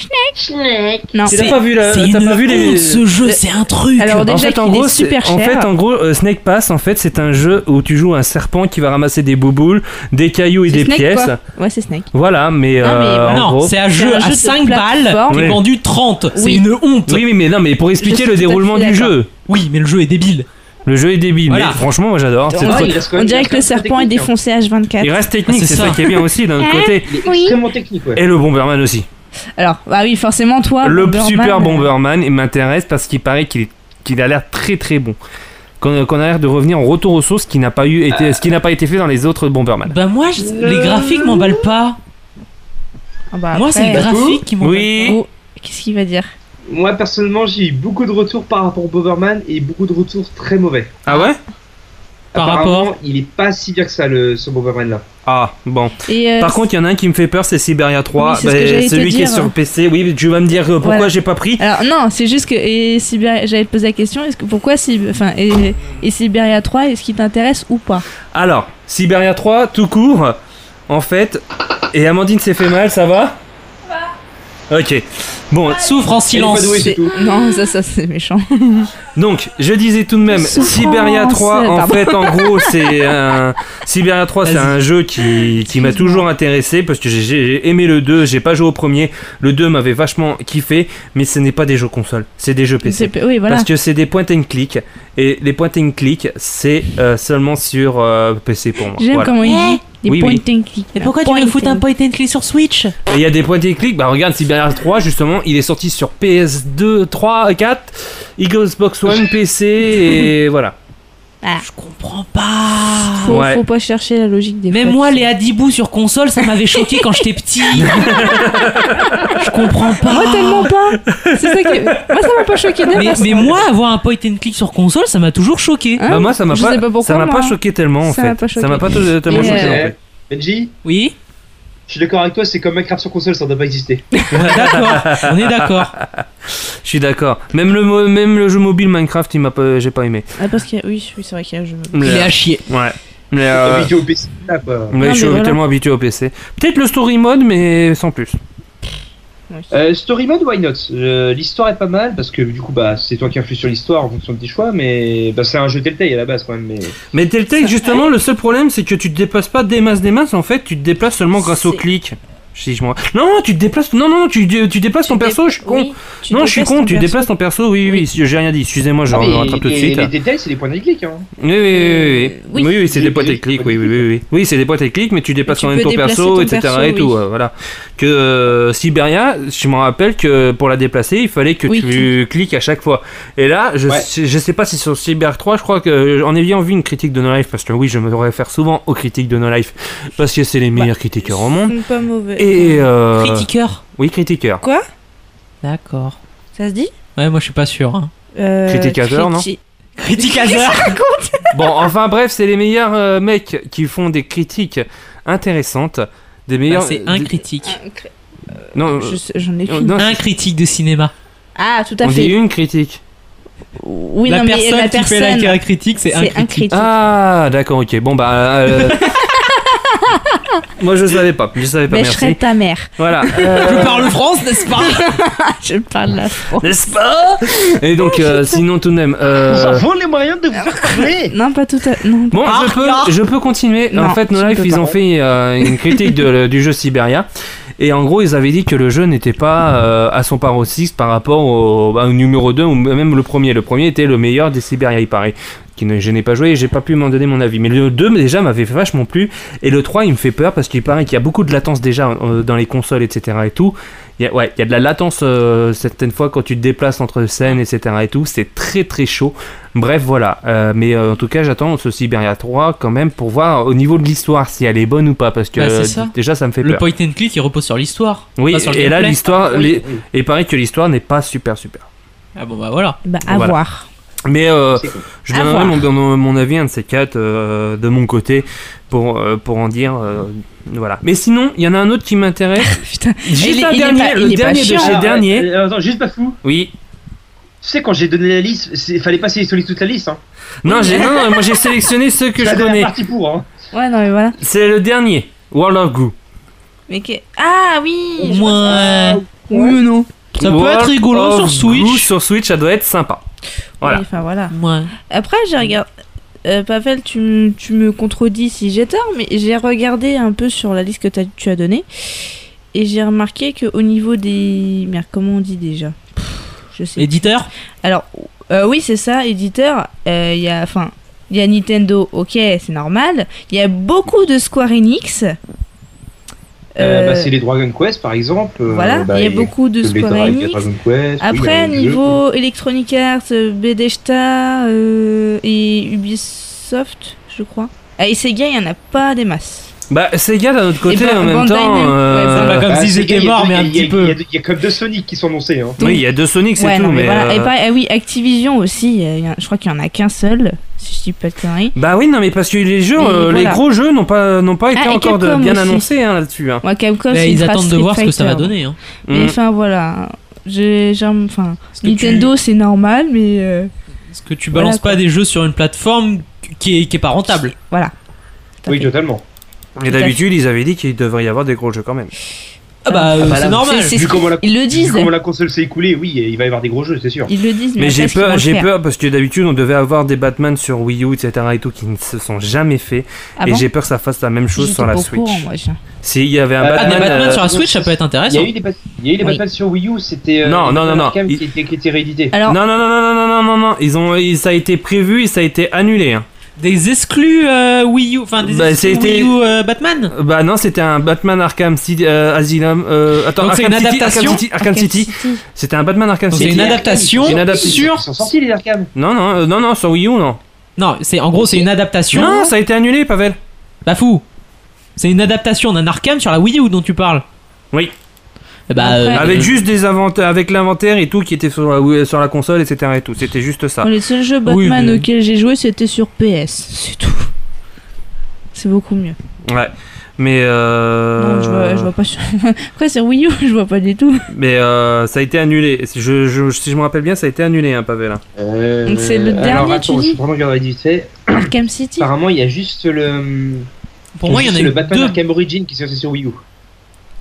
Snake Snake Non,
T'as pas vu la-
c'est
t'as
une
pas vu les-
honte, ce jeu, c'est un truc.
Alors déjà,
en fait, en
qu'il
gros,
est super
c'est- en
cher.
fait, en gros, euh, Snake Pass, en fait, c'est un jeu où tu joues un serpent qui va ramasser des bouboules, des cailloux et
C'est
des
Snake,
pièces.
quoi. Ouais, c'est Snake.
Voilà, mais,
Non, mais
euh,
voilà.
en
Non,
gros-
c'est un jeu à
de
5 balles
plateforme.
qui est
Oui.
vendu 30. C'est
Oui.
une honte.
Oui, oui, mais non, mais pour expliquer
suis
le
tout à
déroulement
fait
du
d'accord.
jeu.
Oui, mais le jeu est débile.
Le jeu est débile,
Voilà.
mais franchement, moi j'adore. C'est
On,
trop-
dirait- on dirait que le serpent est
hein.
défoncé H24.
Il reste technique,
Ah, c'est
c'est ça.
ça.
qui est bien aussi d'un autre
Ah,
côté.
oui.
Extrêmement technique, ouais.
Et le Bomberman aussi.
Alors, bah oui, forcément, toi.
le
Bomberman,
super
euh,
Bomberman il m'intéresse parce qu'il paraît qu'il est- qu'il a l'air très très bon. Qu'on qu'on a l'air de revenir en retour aux sources, ce qui n'a pas, eu été, ce qui n'a pas été fait dans les autres Bomberman.
Bah moi, je- les graphiques m'emballent pas.
ah bah
Moi,
après-
c'est le graphique qui m'emballent
Oui.
Oh, Qu'est-ce qu'il va dire
Moi personnellement, j'ai eu beaucoup de retours par rapport au Boverman et beaucoup de retours très mauvais.
Ah ouais
Par
Apparemment, il est pas si bien que ça le ce Boverman là.
Ah bon.
Et, euh,
Par contre, il y en a un qui me fait peur, c'est Siberia 3.
Oui, c'est ce que j'allais te
celui qui est
dire.
sur PC. Oui, tu vas me dire euh, pourquoi
Voilà.
j'ai pas pris.
Alors non, c'est juste que et Sibéria- j'allais te poser la question, est-ce que pourquoi Sib- enfin et, et Sibéria 3, est-ce qu'il t'intéresse ou pas
Alors, Siberia 3, tout court, en fait. Et Amandine s'est fait mal, ça va Ok. Bon,
Souffre en silence.
Non, ça ça c'est méchant.
Donc, je disais tout de même,
Souffrance,
Siberia 3, en
pardon.
fait, en gros, c'est un... Siberia 3, c'est un jeu qui, qui m'a toujours intéressé parce que j'ai- j'ai aimé le 2, j'ai pas joué au premier. Le 2 m'avait vachement kiffé, mais ce n'est pas des jeux consoles, c'est des jeux PC.
C'est- oui, voilà.
Parce que c'est des point and click, et les point and click, c'est euh, seulement sur euh, PC pour moi.
J'aime
Voilà.
comment il dit des
Oui,
point
oui.
and click.
Eh Et pourquoi tu veux foutre un point and click sur Switch
Et Il y a des points clics, bah regarde Siberia 3 justement, il est sorti sur PS2, 3, 4, Xbox One, PC et voilà.
Je comprends pas.
Faut, faut pas chercher la logique des
Même
fois.
moi, les Hadibou sur console, ça m'avait choqué quand j'étais petit. je comprends pas.
Moi, tellement pas. C'est ça qui. Moi, ça m'a pas choqué d'ailleurs,
Mais,
parce
mais
que-
moi, avoir un point and click sur console, ça m'a toujours choqué.
hein
Bah, moi, ça m'a pas, ça m'a pas choqué tellement en
Ça m'a
fait.
pas choqué.
Ça m'a pas te- tellement
Mais,
choqué.
euh,
en fait.
Benji
Oui
Je suis d'accord avec toi, c'est comme Minecraft sur console, ça ne doit pas exister.
d'accord, on est d'accord.
Je suis d'accord. Même le mo- même le jeu mobile Minecraft, il m'a pas, j'ai pas aimé.
Ah, parce qu'il y a- Oui, oui, c'est vrai qu'il y a un jeu.
chier.
Ouais. Mais, euh,
Habitué Ah au PC, là, quoi.
mais je suis tellement habitué au PC. Peut-être le story mode, mais sans plus.
Euh, story mode, why not Euh, L'histoire est pas mal parce que du coup, bah, c'est toi qui influe sur l'histoire en fonction de tes choix, mais bah, c'est un jeu Telltale à la base quand même. Mais...
Mais Telltale, justement, le seul problème, c'est que tu te déplaces pas des masses des masses. En fait, tu te déplaces seulement grâce au clic. Si je m'en- Non, tu te déplaces. Non, non, tu, tu déplaces ton perso. Je suis con.
oui, tu
non, je suis
déplaces
con.
ton
Tu
perso.
déplaces ton perso. Oui, oui. si- J'ai rien dit. Excusez-moi, je
Ah, mais-
me rattrape tout de
et-
suite.
et Les Telltale, c'est les points de clic. Hein.
Oui, oui, oui,
Euh,
oui. Oui, oui, c'est des potes et clics, oui, oui, oui, oui. Oui, c'est des potes et clics, mais tu dépasses
tu
quand même
peux
ton
déplacer
perso,
ton
etc.
perso,
et
oui.
tout, euh, voilà. Que euh, Siberia, je m'en rappelle que pour la déplacer, il fallait que
Oui,
tu cliques à chaque fois. Et là, je,
Ouais.
sais, je sais pas si sur Cyber 3, je crois que en ayant vu une critique de No Life, parce que oui, je me réfère souvent aux critiques de No Life, parce que c'est les meilleurs critiqueurs au monde.
Ils sont pas mauvais.
Et euh,
Critiqueurs
Oui, critiqueurs.
Quoi
D'accord.
Ça se dit
Ouais, moi je suis pas sûr. hein.
Euh,
Critiquateur, non
criti-
Critiquateur
Bon, enfin bref, c'est les meilleurs euh, mecs qui font des critiques intéressantes, des meilleurs.
Bah, c'est un critique.
Non,
Je sais- j'en ai
euh,
qu'une.
non,
un critique de cinéma.
Ah, tout à
on dit
fait.
une critique.
Oui,
la
non, mais
personne
la
qui fait la
personne.
critique, c'est un
C'est un
critique.
critique.
Ah, d'accord, ok. Bon bah, euh, moi je savais pas, je savais pas.
Mais je
bah, merci.
serais ta mère.
Voilà.
Je parle France, n'est-ce pas
Ah,
Je parle la France.
N'est-ce pas Et donc, euh, sinon tout de même. euh,
les moyens de vous faire parler
Non, pas tout à Non.
Bon, je peux, je peux continuer.
Non,
en fait, No
tu
Life,
peux
ils
pas.
ont fait euh, une critique de- du jeu Siberia. Et en gros, ils avaient dit que le jeu n'était pas euh, à son paroxysme par rapport au, bah, au numéro 2 ou même le premier. Le premier était le meilleur des Siberia, il paraît. Qui ne, je n'ai pas joué et j'ai pas pu m'en donner mon avis. Mais le 2 déjà m'avait vachement plu. Et le 3, il me fait peur parce qu'il paraît qu'il y a beaucoup de latence déjà euh, dans les consoles, etc. et tout. Il y a, ouais, il y a de la latence euh, certaines fois quand tu te déplaces entre scènes, etc. et tout. C'est très très chaud. Bref, voilà. Euh, mais euh, en tout cas, j'attends ce Siberia 3 quand même pour voir au niveau de l'histoire si elle est bonne ou pas. Parce que
Bah, c'est
euh,
ça.
déjà, ça me fait
Le
peur.
point and click, il repose sur l'histoire.
Oui,
pas sur le
et là,
gameplay.
l'histoire.
Oui.
les- Et pareil que l'histoire n'est pas super, super.
Ah bon, bah voilà.
Bah, à
Voilà.
voir.
Mais euh, je
À
donnerai
voir.
mon, mon- mon avis, un de ces quatre, euh, de mon côté, pour, euh, pour en dire. euh, voilà. Mais sinon, il y en a un autre qui m'intéresse.
il
Juste
est-
un
il est
dernier,
pas-
le
il est pas
dernier de
chiant. hein.
chez
Alors,
dernier.
Euh, attends, juste pas fou.
Oui.
Tu sais, quand j'ai donné la liste, il fallait pas sélectionner toute la liste. Hein.
Non, j'ai- non, non, moi, j'ai sélectionné ceux que
Ça
je
donne la
connais.
partie pour. Hein.
Ouais, non, mais voilà.
C'est le dernier, World of Goo.
Mais que... Ah oui je vois ça.
Ouais.
Oui ou non
Ça peut
World
être rigolo
of
sur Switch.
Goo sur Switch, ça doit être sympa. Voilà.
Oui, Enfin, voilà.
Ouais.
Après, j'ai regardé. Euh, Pavel, tu, m- tu me contredis si j'ai tort, mais j'ai regardé un peu sur la liste que t'as- tu as donnée et j'ai remarqué que au niveau des. Merde, comment on dit déjà Pff, Je sais.
Éditeur
Alors, euh, oui, c'est ça, éditeur. euh, Il y a. Enfin, il y a Nintendo, ok, c'est normal. Il y a beaucoup de Square Enix.
Euh, bah,
Euh,
c'est les Dragon Quest par exemple. euh,
Voilà,
bah,
il y a
et-
beaucoup de
le
Square
Metroid, il y a
Enix.
Dragon Quest, oui,
Après,
il y a les jeux.
niveau Electronic Arts, euh, Bethesda euh, et Ubisoft, je crois. Ah, et Sega, il n'y en a pas des masses.
Bah, Sega d'un autre côté
ben,
en même
Bandai
temps.
Namco,
euh,
ouais, Bah,
c'est gay, il y a deux- il y a- il y a-
peu.
Il y a comme deux Sonic qui sont annoncés. Hein.
Oui, il y a deux Sonic, c'est
Ouais,
tout.
non, mais
mais,
voilà.
euh,
Et pareil, ah oui, Activision aussi, euh, il y en- je crois qu'il n'y en a qu'un seul, si je dis pas de conneries.
Bah oui, non, mais parce que les jeux,
Et
euh, les
voilà.
gros jeux n'ont pas, n'ont pas été
Ah, et
encore de-
Capcom
bien
aussi.
annoncés hein, là-dessus. hein.
Ouais, Capcom,
Bah,
c'est
ils
une
attendent
phrase
de voir ce
Street
que ça va
Fighter.
donner. hein.
Mais
Mm.
enfin, voilà. J'ai, j'aime- enfin,
que tu-
Nintendo, c'est normal, mais. euh,
Parce que tu balances pas des jeux sur une plateforme qui est, qui est pas rentable.
Voilà.
Oui, totalement.
Et
Tout à
d'habitude, ils avaient dit qu'il devrait y avoir des gros jeux quand même.
Ah bah, euh, c'est normal.
Vu comment la-
ils le
vu
disent.
comment la console s'est écoulée, oui, il va y avoir des gros jeux, c'est sûr.
Ils le disent, mais,
Mais
après,
j'ai
est-ce qu'ils vont
peur,
le
j'ai
faire
peur parce que d'habitude on devait avoir des Batman sur Wii U, etc. et tout qui ne se sont jamais faits.
Ah
et
bon
j'ai peur que ça fasse la même chose
J'étais
sur la
pas au
Switch.
courant, moi, je-
S'il y avait un
Ah,
Batman,
des Batman
euh,
sur la Switch, ça peut être
Il y
intéressant.
a eu des, Bat- il y a eu des
Oui.
Batman sur Wii U, c'était. euh,
Non, non, non,
Batman
non.
Arkham
Il-
Qui était, qui était réédité.
Euh,
Non, non, non, non, non, non, non, non, non. Ils ont, ils- ça a été prévu, et ça a été annulé. hein.
Des exclus euh, Wii U, enfin des
Bah,
exclus
c'était-
Wii U euh, Batman.
Bah non, c'était un Batman Arkham City, euh, Asylum. euh, attends,
Donc c'est
Arkham
une
City,
adaptation
Arkham City, Arkham City. C'était un Batman Arkham
Donc
City.
c'est une adaptation
Une adaptation.
Ils sont sortis les Arkham.
Non, non, euh, non, non, sur Wii U, non.
Non, c'est en gros, c'est une adaptation.
Non, ça
a été annulé, Pavel. Bah fou. C'est une adaptation d'un Arkham sur la Wii U dont tu parles.
Oui.
bah, euh,
avec juste des inventaires, avec l'inventaire et tout qui était sur la, sur la console, etc. Et tout. C'était juste ça.
Bon, les seuls jeux
Oui,
Batman
mais-
auxquels j'ai joué, c'était sur PS. C'est tout. C'est beaucoup mieux.
Ouais. Mais euh,
Non, je, vois, je vois pas. sur- Après, c'est Wii U, je vois pas du tout.
mais euh, ça a été annulé. Si je, je- si je me rappelle bien, ça a été annulé, hein, Pavel.
Donc c'est le dernier,
Euh, Alors
tu
attends, je
dis
suis vraiment regardé vite fait.
Arkham City
Apparemment, il y a juste le.
Pour moi, il y en a
juste
eu
le Batman
deux.
Arkham Origin qui est sorti sur Wii U.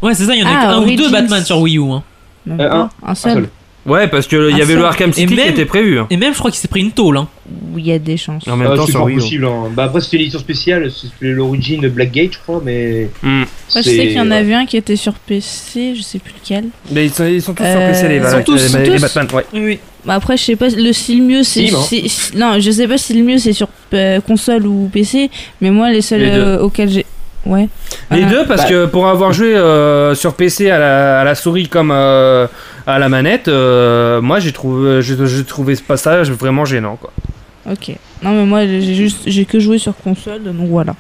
Ouais, c'est ça, il y en a
Ah,
que un
Origins.
ou deux Batman sur Wii U. Hein.
Euh, un. un seul. Un seul.
Ouais, parce que euh, il y
Un
Ah,
avait le
seul.
Arkham
Et
City qui
même-
était prévu. hein.
Et même, je crois qu'il s'est pris une tôle. Hein.
où il y a des chances.
En même
Ah,
temps,
c'est
sur
pas
Wii U.
possible. hein. Bah, après, c'était l'édition spéciale, c'était l'origine de Blackgate, je crois, mais.
Hmm.
Moi, je sais qu'il y en
euh,
avait un qui était sur PC, je sais plus lequel.
Mais ils sont, ils sont tous sur
Euh,
PC les,
ils
Batman-
sont tous,
les-
ils sont
les
tous.
Batman. Ouais.
Bah après, je sais pas, le si le mieux c'est.
Si,
hein.
bon.
si- si- non, je sais pas si le mieux c'est sur euh, console ou PC, mais moi, les seuls
Les deux.
euh, auxquels j'ai. Ouais.
Les
Voilà.
deux, parce que pour avoir joué euh, sur PC à la, à la souris comme euh, à la manette, euh, moi j'ai trouvé, j'ai j'ai trouvé ce passage vraiment gênant. Quoi.
Ok. Non, mais moi, j'ai juste. J'ai que joué sur console, donc voilà.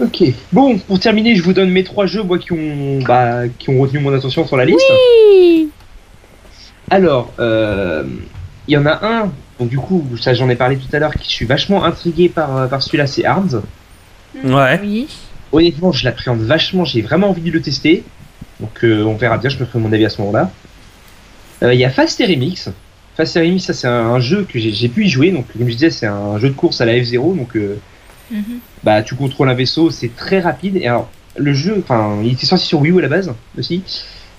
Ok. Bon, pour terminer, je vous donne mes trois jeux moi, qui, ont, bah, qui ont retenu mon attention sur la liste. Alors, euh, il y en a un, donc du coup, ça j'en ai parlé tout à l'heure, qui je suis vachement intrigué par, euh, par celui-là, c'est Arms.
Hmm.
Ouais.
Honnêtement, je l'appréhende vachement, j'ai vraiment envie de le tester. Donc euh, on verra bien, je me ferai mon avis à ce moment-là. Euh, Il y a Fast et Remix. Fast et Remix, ça c'est un, un jeu que j'ai- j'ai pu y jouer, donc comme je disais, c'est un jeu de course à la F0, donc euh,
Mhm.
bah tu contrôles un vaisseau, c'est très rapide. Et alors le jeu, enfin, il était sorti sur Wii U à la base aussi.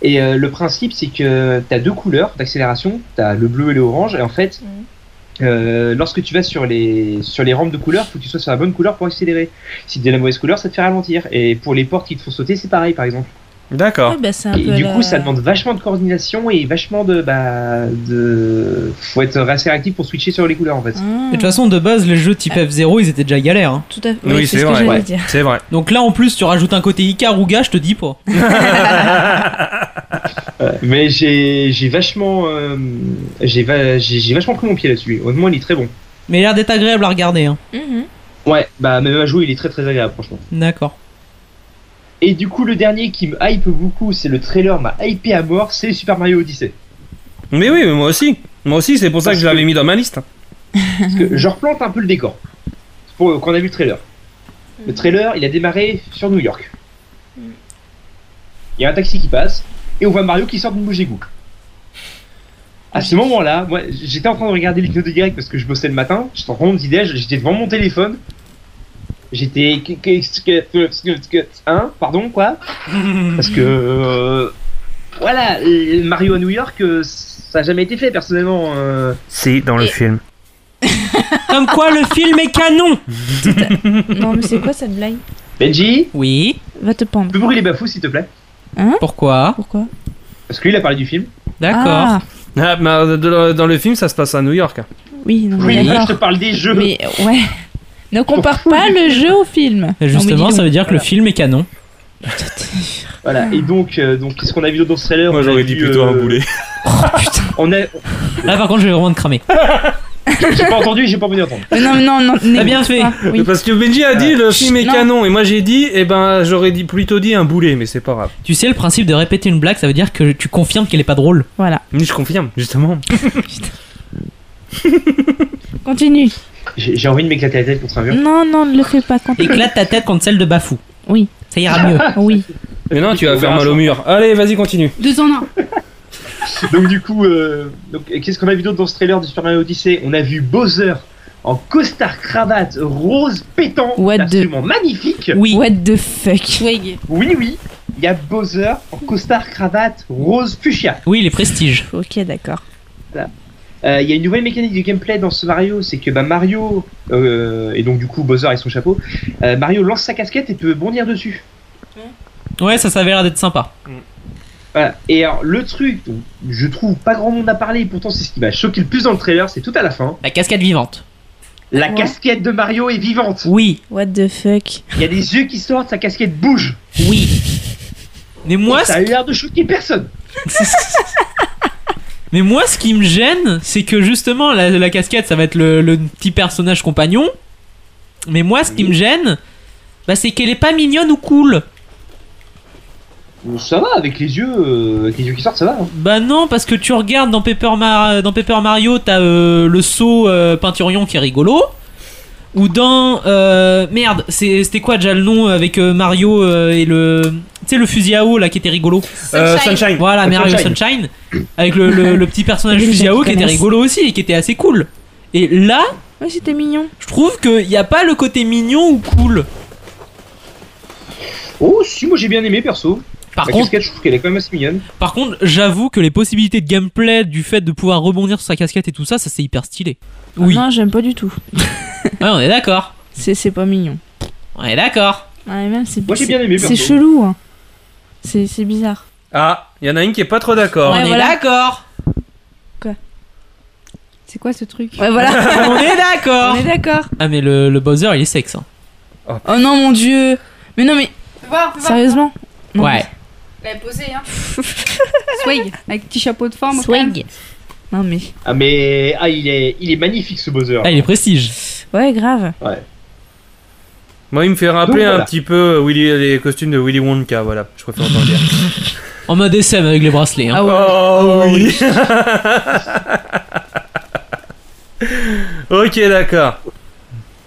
Et euh, le principe, c'est que t'as deux couleurs d'accélération, t'as le bleu et le orange, et en fait,
Mm.
euh, lorsque tu vas sur les sur les rampes de couleur, faut que tu sois sur la bonne couleur pour accélérer. Si t'es la mauvaise couleur, ça te fait ralentir. Et pour les portes qui te font sauter, c'est pareil, par exemple.
D'accord.
Ouais, bah, c'est un
Ah. Et
peu
du
la-
coup, ça demande vachement de coordination et vachement de bah de faut être assez réactif pour switcher sur les couleurs en fait.
Ah.
Et De toute façon, de base, les jeux type F0, ils étaient déjà galères. hein.
Tout à fait.
Oui, Oui, c'est c'est ce que vrai. j'allais Ouais, dire.
C'est vrai.
Donc là, en plus, tu rajoutes un côté Ikaruga, je te dis pas.
Euh, mais j'ai j'ai vachement euh, j'ai va- j'ai j'ai vachement pris mon pied là-dessus. Honnêtement, il est très bon.
Mais il a l'air d'être agréable à regarder. Hein.
Mhm.
Ouais, bah même à jouer, il est très très agréable franchement.
D'accord.
Et du coup, le dernier qui me hype beaucoup, c'est le trailer m'a hypé à mort, c'est Super Mario Odyssey.
Mais oui, mais moi aussi. Moi aussi, c'est pour ça que je l'avais mis dans ma liste.
Parce que je replante un peu le décor. Pour, quand on a vu le trailer. Le trailer, il a démarré sur New York. Il y a un taxi qui passe, et on voit Mario qui sort d'une bouche d'égout. À ce moment-là, moi, j'étais en train de regarder les vidéos de direct parce que je bossais le matin, j'étais en train de me dire, j'étais devant mon téléphone, j'étais... Hein Pardon, quoi Parce que... euh, voilà, euh, Mario à New York, euh, ça n'a jamais été fait, personnellement. euh.
C'est dans le film.
Comme quoi, le film est canon
non, mais c'est quoi cette blague
Benji
Oui
Va te pendre.
Peux brûler les bafous, s'il te plaît
Pourquoi
Pourquoi
Parce que lui, il a parlé du film.
D'accord.
Ah.
Ah, bah, de- de- dans le film, ça se passe à New York.
Oui, non, mais
Oui,
d'accord.
je te parle des jeux.
Mais ouais. Ne compare pas le jeu au film.
Et
Non,
Justement,
mais dis
ça veut
donc.
dire que le film est canon.
Voilà, et donc, euh, donc ce qu'on a vu dans ce trailer.
Moi,
on a
j'aurais
vu,
dit plutôt un
euh,
boulet.
On a.
Là, Ah, par contre, je vais vraiment te cramer.
J'ai pas entendu, j'ai pas voulu entendre.
Mais non, mais non, non.
T'as bien
n'écoute
fait.
pas, oui.
Parce que Benji a dit le film est
Non.
canon. Et moi, j'ai dit, eh ben, j'aurais dit plutôt dit un boulet, mais c'est pas grave.
Tu sais, le principe de répéter une blague, ça veut dire que tu confirmes qu'elle est pas drôle.
Voilà.
Mais je confirme, justement.
Continue.
J'ai j'ai envie de m'éclater la tête contre un mur.
Non, non, ne le fais pas. Continue.
Éclate ta tête contre celle de Bafou.
Oui.
Ça ira mieux.
Ah,
Oui.
Mais non, tu vas faire mal au mur. Allez, vas-y, continue.
Deux en un.
Donc, du coup, euh, donc, qu'est-ce qu'on a vu d'autre dans ce trailer de Super Mario Odyssey On a vu Bowser en costard cravate rose pétant.
What
absolument magnifique.
Oui.
What the fuck
Oui, oui. Il y a Bowser en costard cravate rose fuchsia.
Oui, les prestiges.
Ok, d'accord.
Voilà. Euh, Il y a une nouvelle mécanique du gameplay dans ce Mario, c'est que bah, Mario, euh, et donc du coup Bowser et son chapeau, euh, Mario lance sa casquette et peut bondir dessus.
Ouais, ça, ça avait l'air d'être sympa.
Voilà. Et alors le truc, dont je trouve pas grand monde à parler, pourtant c'est ce qui m'a choqué le plus dans le trailer, c'est tout à la fin.
La casquette vivante.
La
Ouais.
casquette de Mario est vivante.
Oui.
What the fuck
Il y a des yeux qui sortent, sa casquette bouge.
Oui. Mais moi,
ça a eu l'air de choquer personne.
Mais moi, ce qui me gêne, c'est que justement, la, la casquette, ça va être le, le petit personnage compagnon. Mais moi, ce qui me gêne, bah, c'est qu'elle est pas mignonne ou cool.
Euh, Ça va, avec les yeux, euh, avec les yeux qui sortent, ça va. hein.
Bah non, parce que tu regardes dans Paper, Mar- dans Paper Mario, t'as euh, le saut euh, Peinturion qui est rigolo. Ou dans. euh, merde, c'est- c'était quoi déjà le nom avec euh, Mario euh, et le. Tu sais, le fusil à eau là qui était rigolo
Euh, Sunshine. Sunshine.
Voilà, Mario
Sunshine.
Sunshine. Avec le, le- le petit personnage
Il y a des
fusil à
gens
eau
qui
qui était
connaissent.
rigolo aussi et qui était assez cool. Et là,
Ouais, c'était mignon.
je trouve qu'il n'y a pas le côté mignon ou cool.
Oh, si, moi j'ai bien aimé perso.
Par
La
contre-
casquette, je trouve qu'elle est quand même assez mignonne.
Par contre, j'avoue que les possibilités de gameplay, du fait de pouvoir rebondir sur sa casquette et tout ça, ça c'est hyper stylé. Oui.
Non, j'aime pas du tout.
Ouais, on est d'accord.
C'est c'est pas mignon.
On est d'accord.
Ouais, même c'est
Moi, j'ai bien aimé,
c'est- C'est
perso.
chelou. hein. C'est c'est bizarre.
Ah, il y en a une qui est pas trop d'accord.
Ouais,
on
voilà.
est d'accord.
C'est quoi ce truc Ouais, voilà.
On est d'accord.
On est d'accord.
Ah mais le, le Bowser il est sexe. hein.
Oh non, mon dieu. Mais non, mais sérieusement Non,
Ouais.
L'avait posé, hein. Swag, avec petit chapeau de forme.
Swag. Non, mais.
Ah, mais. Ah, il est, il est magnifique ce Bowser.
Ah il est prestige.
Ouais, grave.
Ouais.
Moi, il me fait rappeler
Donc,
un
voilà.
petit peu Willy- les costumes de Willy Wonka, voilà. Je préfère entendre dire.
En mode SM avec les bracelets. hein.
Ah
Oh,
oui. ok, d'accord.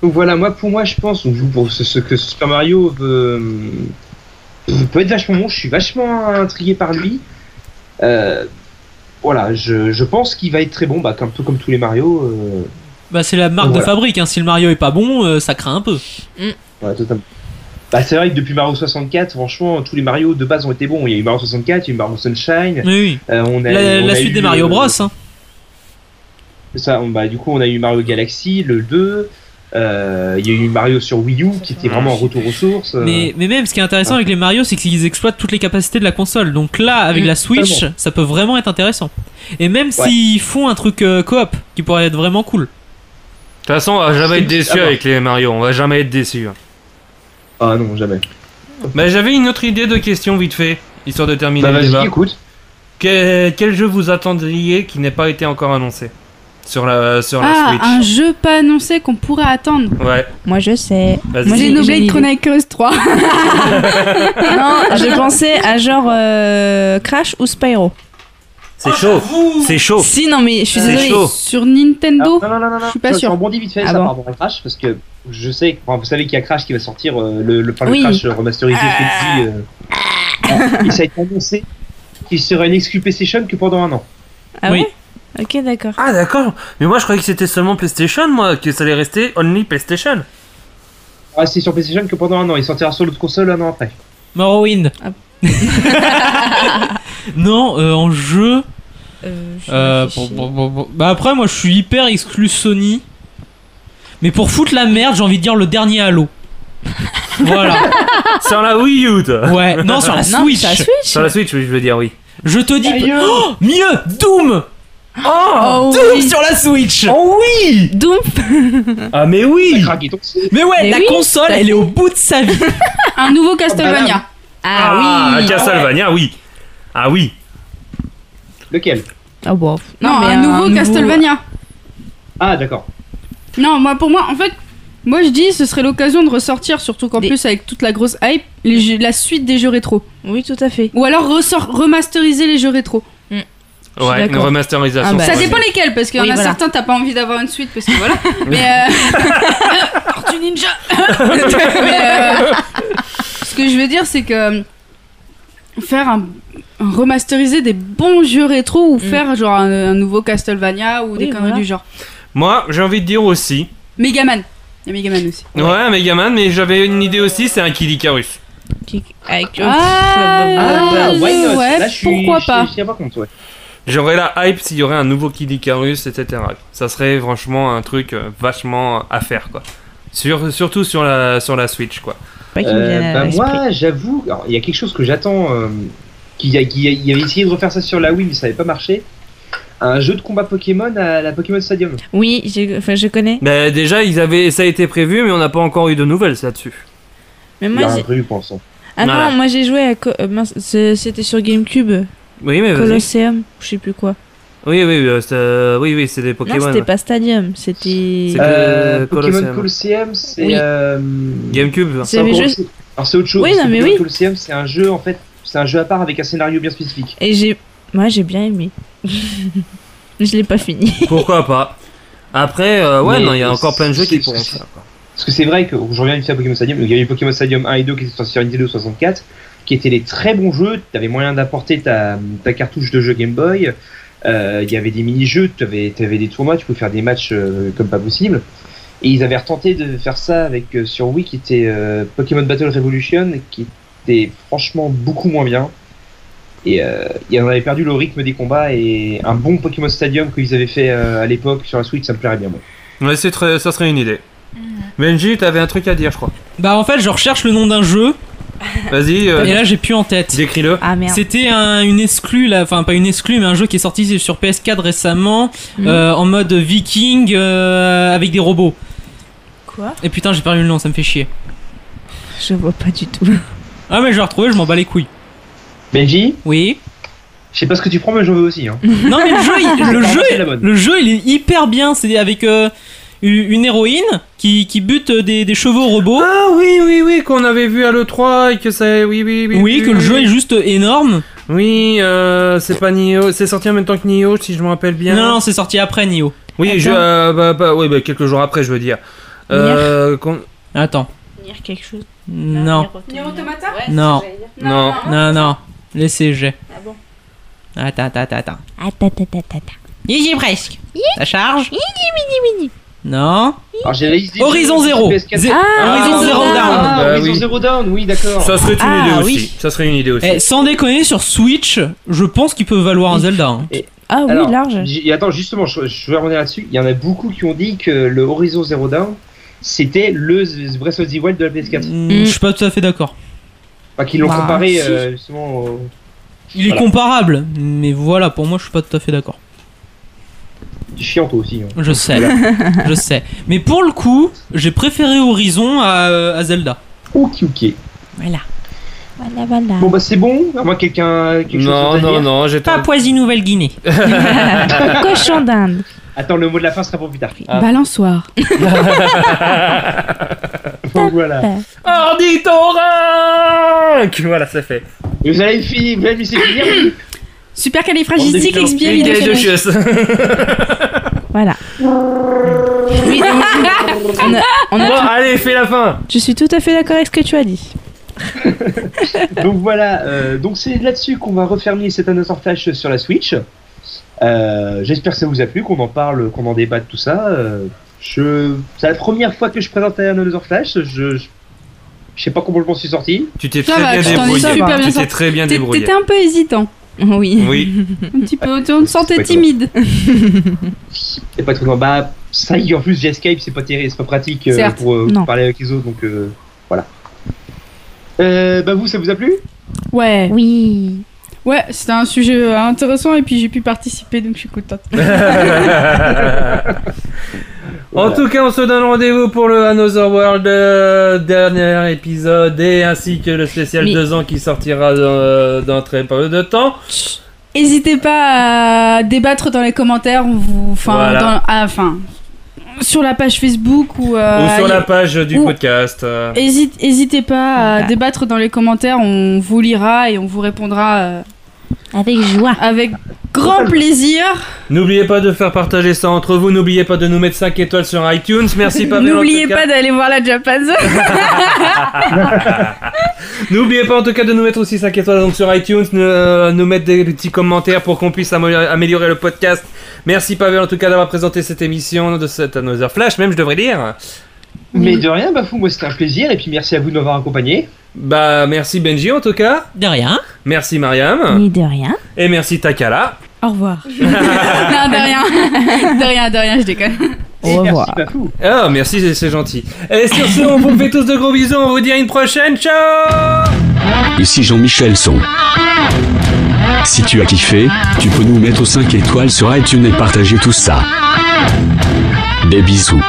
Donc voilà, moi pour moi je pense donc, pour ce, ce que Super Mario veut, euh, peut être vachement bon, je suis vachement intrigué par lui. Euh, voilà, je, je pense qu'il va être très bon, bah, un peu comme tous les Mario. euh,
Bah c'est la marque
Voilà.
de fabrique. hein. Si le Mario est pas bon, euh, ça craint un peu.
voilà, totalement. Bah, c'est vrai que depuis Mario 64, franchement, tous les Mario de base ont été bons. Il y a eu Mario 64, il y a eu Mario Sunshine.
Mais oui.
euh, on a-
la
on
la
a
suite
eu,
des Mario
euh,
Bros. hein.
C'est ça, on- bah, du coup, on a eu Mario Galaxy, le 2. euh, Il y a eu Mario sur Wii U qui était vraiment un retour aux sources. euh.
Mais, mais même, ce qui est intéressant
ouais.
avec les Mario, c'est qu'ils exploitent toutes les capacités de la console. Donc là, avec
Mm,
la Switch,
totalement.
ça peut vraiment être intéressant. Et même s'ils font un truc euh, coop, qui pourrait être vraiment cool.
De toute façon, on va jamais être déçu
Ah bon.
avec les Mario, on va jamais être déçu.
Ah non, jamais.
Bah, j'avais une autre idée de question vite fait, histoire de terminer
Bah,
le
vas-y,
débat.
écoute.
Que- quel jeu vous attendriez qui n'ait pas été encore annoncé sur la, sur la
Ah,
Switch
un jeu pas annoncé qu'on pourrait attendre.
Ouais.
Moi, je sais.
Vas-y.
Moi, j'ai- j'ai une
Xenoblade
idée.
Chronicles 3.
Non, je pensais à genre euh, Crash ou Spyro.
C'est chaud. C'est chaud.
Si, non, mais je suis
Oh. C'est
désolée.
chaud.
Sur Nintendo
Ah, Non, non, non, non, non.
Je suis pas
je
sûre.
rebondis vite fait
Ah
ça,
bon.
par rapport à Crash parce que je sais, enfin, vous savez qu'il y a Crash qui va sortir euh, le, le, enfin, le
Oui. Ah.
Crash remasterisé chez Dixie, euh, et ça a été annoncé qu'il serait une exclu Station que pendant un an.
Ah
Oui.
ouais Ok, d'accord.
Ah, d'accord. Mais moi, je croyais que c'était seulement PlayStation, moi, que ça allait rester only PlayStation.
Ah, c'est sur PlayStation que pendant un an, il sortira sur l'autre console un an après.
Morrowind. non, euh, en jeu. euh, bon, bon, bon, bon. Bah après, moi, je suis hyper exclu Sony. Mais pour foutre la merde, j'ai envie de dire le dernier Halo. voilà.
sur la Wii U. toi.
Ouais, non,
Ah,
sur la Non, Ah, Switch. sur la Switch.
Sur la Switch, oui, je veux dire, oui.
Je te dis. Oh, mieux Doom
Oh,
Doom
oui.
sur la Ah, Switch
Oh oui
Doom
Ah mais oui
Mais ouais,
Mais
la
oui,
console,
t'as
elle est
fait.
au bout de sa vie
Un nouveau Castlevania.
Ah, Castlevania, oui. Ah oui.
Lequel
Ah bon.
Non, un nouveau Castlevania.
Ah, d'accord.
Non, moi pour moi, en fait, moi je dis ce serait l'occasion de ressortir, surtout qu'en plus avec toute la grosse hype, les jeux- la suite des jeux rétro.
Oui, tout à fait.
Ou alors ressort, remasteriser les jeux rétro.
Ouais, une
d'accord.
remasterisation.
Ah bah.
Ça
ouais.
dépend lesquels, parce qu'il y en
Oui,
a
voilà.
certains, t'as pas envie d'avoir une suite, parce que voilà. Mais. Euh... Tortue Ninja Mais, euh, Ce que je veux dire, c'est que. euh, Faire un. un remasteriser des bons jeux rétro ou faire genre un, un nouveau Castlevania ou des
Mm. Oui,
conneries
voilà.
du genre.
Moi, j'ai envie de dire aussi.
Megaman. Il y a Megaman aussi.
Ouais, Megaman, mais j'avais une idée aussi, c'est un Kid Icarus.
Avec
Ah, why not
Euh, ouais,
Là, je suis-
pourquoi
je suis-
pas
Je tiens pas compte, ouais.
J'aurais la hype s'il y aurait un nouveau Kid Icarus, etc. Ça serait franchement un truc euh, vachement à faire, quoi. Sur, surtout sur la, sur la Switch, quoi.
Euh, bah, moi, j'avoue, alors, il y a quelque chose que j'attends, euh, qui, a- qui a- il avait essayé de refaire ça sur la Wii, mais ça n'avait pas marché. Un jeu de combat Pokémon à la Pokémon Stadium.
Oui, j'ai- enfin, je connais.
Bah, déjà, ils avaient, ça a été prévu, mais on n'a pas encore eu de nouvelles là-dessus.
Mais moi, j'ai-
prévu pour l'instant.
Ah
Voilà.
non, moi j'ai joué à. Co- euh, mince, c'est- C'était sur Gamecube.
Oui, mais vas-y.
Colosseum, je sais plus quoi.
Oui, oui, euh, c'est, euh, oui, oui, c'est des Pokémon. hein.
Non, c'était
ouais.
pas Stadium, c'était.
C'est que-
Euh, Pokémon
Colosseum.
Colosseum, c'est.
Euh, Oui.
euh,
Gamecube. hein.
C'est mes
encore
jeux-
autre chose. Alors c'est autre chose.
Oui,
parce
non,
que
mais
Pokémon
oui.
Colosseum, c'est un jeu en fait, c'est un jeu à part avec un scénario bien spécifique.
Et j'ai. Moi, j'ai bien aimé. Je l'ai pas fini.
Pourquoi pas Après, euh, ouais,
Mais
non, il y a encore plein de jeux qui
c'est-
pourront
c'est-
faire. quoi.
Parce que c'est vrai que je reviens une fois à Pokémon Stadium, donc il y a eu Pokémon Stadium 1 et 2 qui étaient sortis sur Nintendo 64, qui étaient des très bons jeux. T'avais moyen d'apporter ta, ta cartouche de jeu Game Boy. Euh, Il y avait des mini-jeux, t'avais avais des tournois, tu pouvais faire des matchs euh, comme pas possible. Et ils avaient retenté de faire ça avec euh, sur Wii qui était euh, Pokémon Battle Revolution, qui était franchement beaucoup moins bien. Et euh, il y en avait perdu le rythme des combats et un bon Pokémon Stadium qu'ils avaient fait euh, à l'époque sur la Switch, ça me plairait bien. moi.
Ouais, c'est très- ça serait une idée.
Mm.
Benji, t'avais un truc à dire, je crois.
Bah en fait, je recherche le nom d'un jeu.
Vas-y. euh,
Et là, j'ai plus en tête.
Décris-le.
Ah merde.
C'était un- une exclue, là, enfin pas une exclue, mais un jeu qui est sorti sur PS4 récemment, euh, en mode viking euh, avec des robots.
Quoi
Et putain, j'ai perdu le nom, ça me fait chier.
Je vois pas du tout.
Ah mais je l'ai retrouvé, je m'en bats les couilles.
Benji
Oui.
Je sais pas ce que tu prends, mais j'en veux aussi. Hein.
Non mais le jeu, il- le
C'est
jeu,
la
est-
bonne.
le jeu, il est hyper bien. C'est avec euh, une héroïne qui, qui bute des, des chevaux robots.
Ah oui, oui, oui, qu'on avait vu à l'E3 et que ça. Oui, oui, oui.
Oui, que le jeu est juste énorme.
Oui, euh, c'est pas Nioh. C'est sorti en même temps que Nioh, si je me rappelle bien.
Non, non, c'est sorti après Nioh.
Oui, je, euh, bah, bah, oui, bah, quelques jours après, je veux dire. Euh, qu'on-
Attends.
Nier quelque chose.
Non.
Nier Automata
Non.
Non.
Ah,
Non, non. Laissez, j'ai.
Ah bon
Attends, attends, attends, attends.
Attends, attends, attends, attends.
Il y est presque. Ça charge
Mini, mini, mini.
Non.
Alors, j'avais hésité
Horizon
sur-
Zero.
PS4.
Zé-
Ah,
Horizon
Horizon
Zero
Dawn.
Down.
Bah
Ah, Horizon Zero Down, oui, d'accord.
Ça serait une
Ah,
idée
oui.
aussi. Ça serait une idée aussi.
Eh, sans déconner, sur Switch, je pense qu'il peut valoir un Zelda. hein.
Ah
Alors,
oui, large.
j- Et attends, justement, je, je vais revenir là-dessus. Il y en a beaucoup qui ont dit que le Horizon Zero Dawn, c'était le Z- Breath of the Wild de la PS4.
Hmm, Je
Hmm.
suis pas tout à fait d'accord.
Enfin, qu'ils l'ont
Mm. Bah,
comparé,
si.
euh, justement, au...
Il est
Voilà.
comparable, mais voilà, pour moi, je suis pas tout à fait d'accord.
Tu es chiant, toi aussi. hein.
Je sais,
Voilà.
je sais. Mais pour le coup, j'ai préféré Horizon à, euh, à Zelda.
Ok, ok.
Voilà.
Voilà, voilà.
Bon, bah, c'est bon. À moins quelqu'un. Quelque chose
Non,
d'autre à
non,
dire
non, j'étais.
Papouasie-Nouvelle-Guinée.
Cochon d'Inde.
Attends, le mot de la fin sera pour plus tard.
Ah.
Balançoire.
Bon, voilà.
Ornithorynque Voilà, ça fait.
Vous allez finir, vous allez laisser finir.
Super
Dégage de chieuse.
Voilà. Oui, on a- on a
Bon,
tout-
allez, fais la fin.
Je suis tout à fait d'accord avec ce que tu as dit.
donc voilà, euh, donc c'est là-dessus qu'on va refermer cet Another Flash sur la Switch. Euh, J'espère que ça vous a plu, qu'on en parle, qu'on en débatte tout ça. Euh, je... C'est la première fois que je présente un Another Flash. Je... je je sais pas comment je m'en suis sorti.
Tu t'es
Ça
très
va,
bien
tu t'en es
débrouillé.
super bien
Tu t'es
sorti.
très bien
T'é-
débrouillé.
T'étais un peu hésitant. Oui.
Oui.
un petit peu, on te sentait
Ouais,
timide.
C'est pas trop grand. Bah, ça y est, en plus j'ai Skype, c'est pas terrible, c'est pas pratique euh,
Certes,
pour euh,
non.
parler avec les autres, donc euh, voilà. Euh, bah vous, ça vous a plu
Ouais.
Oui.
Ouais, c'était un sujet euh, intéressant et puis j'ai pu participer donc je suis contente.
En tout cas, on se donne rendez-vous pour le Another World euh, dernier épisode et ainsi que le spécial
Mais-
2 ans qui sortira dans, euh, dans très peu de temps.
N'hésitez pas à débattre dans les commentaires, on vous, enfin,
Voilà.
dans- ah, enfin, sur la page Facebook ou, euh,
ou sur la
allez-
page du
ou-
podcast. euh.
Hésite- Hésitez pas à débattre dans les commentaires, on vous lira et on vous répondra euh,
avec joie.
Avec grand plaisir.
N'oubliez pas de faire partager ça entre vous. N'oubliez pas de nous mettre 5 étoiles sur iTunes. Merci Pavel. Ah, en tout
N'oubliez
cas.
pas d'aller voir la Japan Zone.
N'oubliez pas en tout cas de nous mettre aussi 5 étoiles donc sur iTunes, nous, euh, nous mettre des petits commentaires pour qu'on puisse amé- améliorer le podcast. Merci Pavel en tout cas d'avoir présenté cette émission de cette Another Flash, même je devrais dire.
Mais de rien, bah fou, moi c'était un plaisir, et puis merci à vous de m'avoir accompagné.
Bah merci Benji en tout cas.
De rien.
Merci Mariam.
Ni de rien.
Et merci Takala.
Au revoir.
non, de rien. De rien, de rien, je déconne.
Au revoir. Ah merci, c'est- c'est gentil. Et sur ce, on vous fait tous de gros bisous. On vous dit à une prochaine. Ciao
Ici Jean-Michel Son. Si tu as kiffé, tu peux nous mettre 5 étoiles sur iTunes et partager tout ça. Des bisous.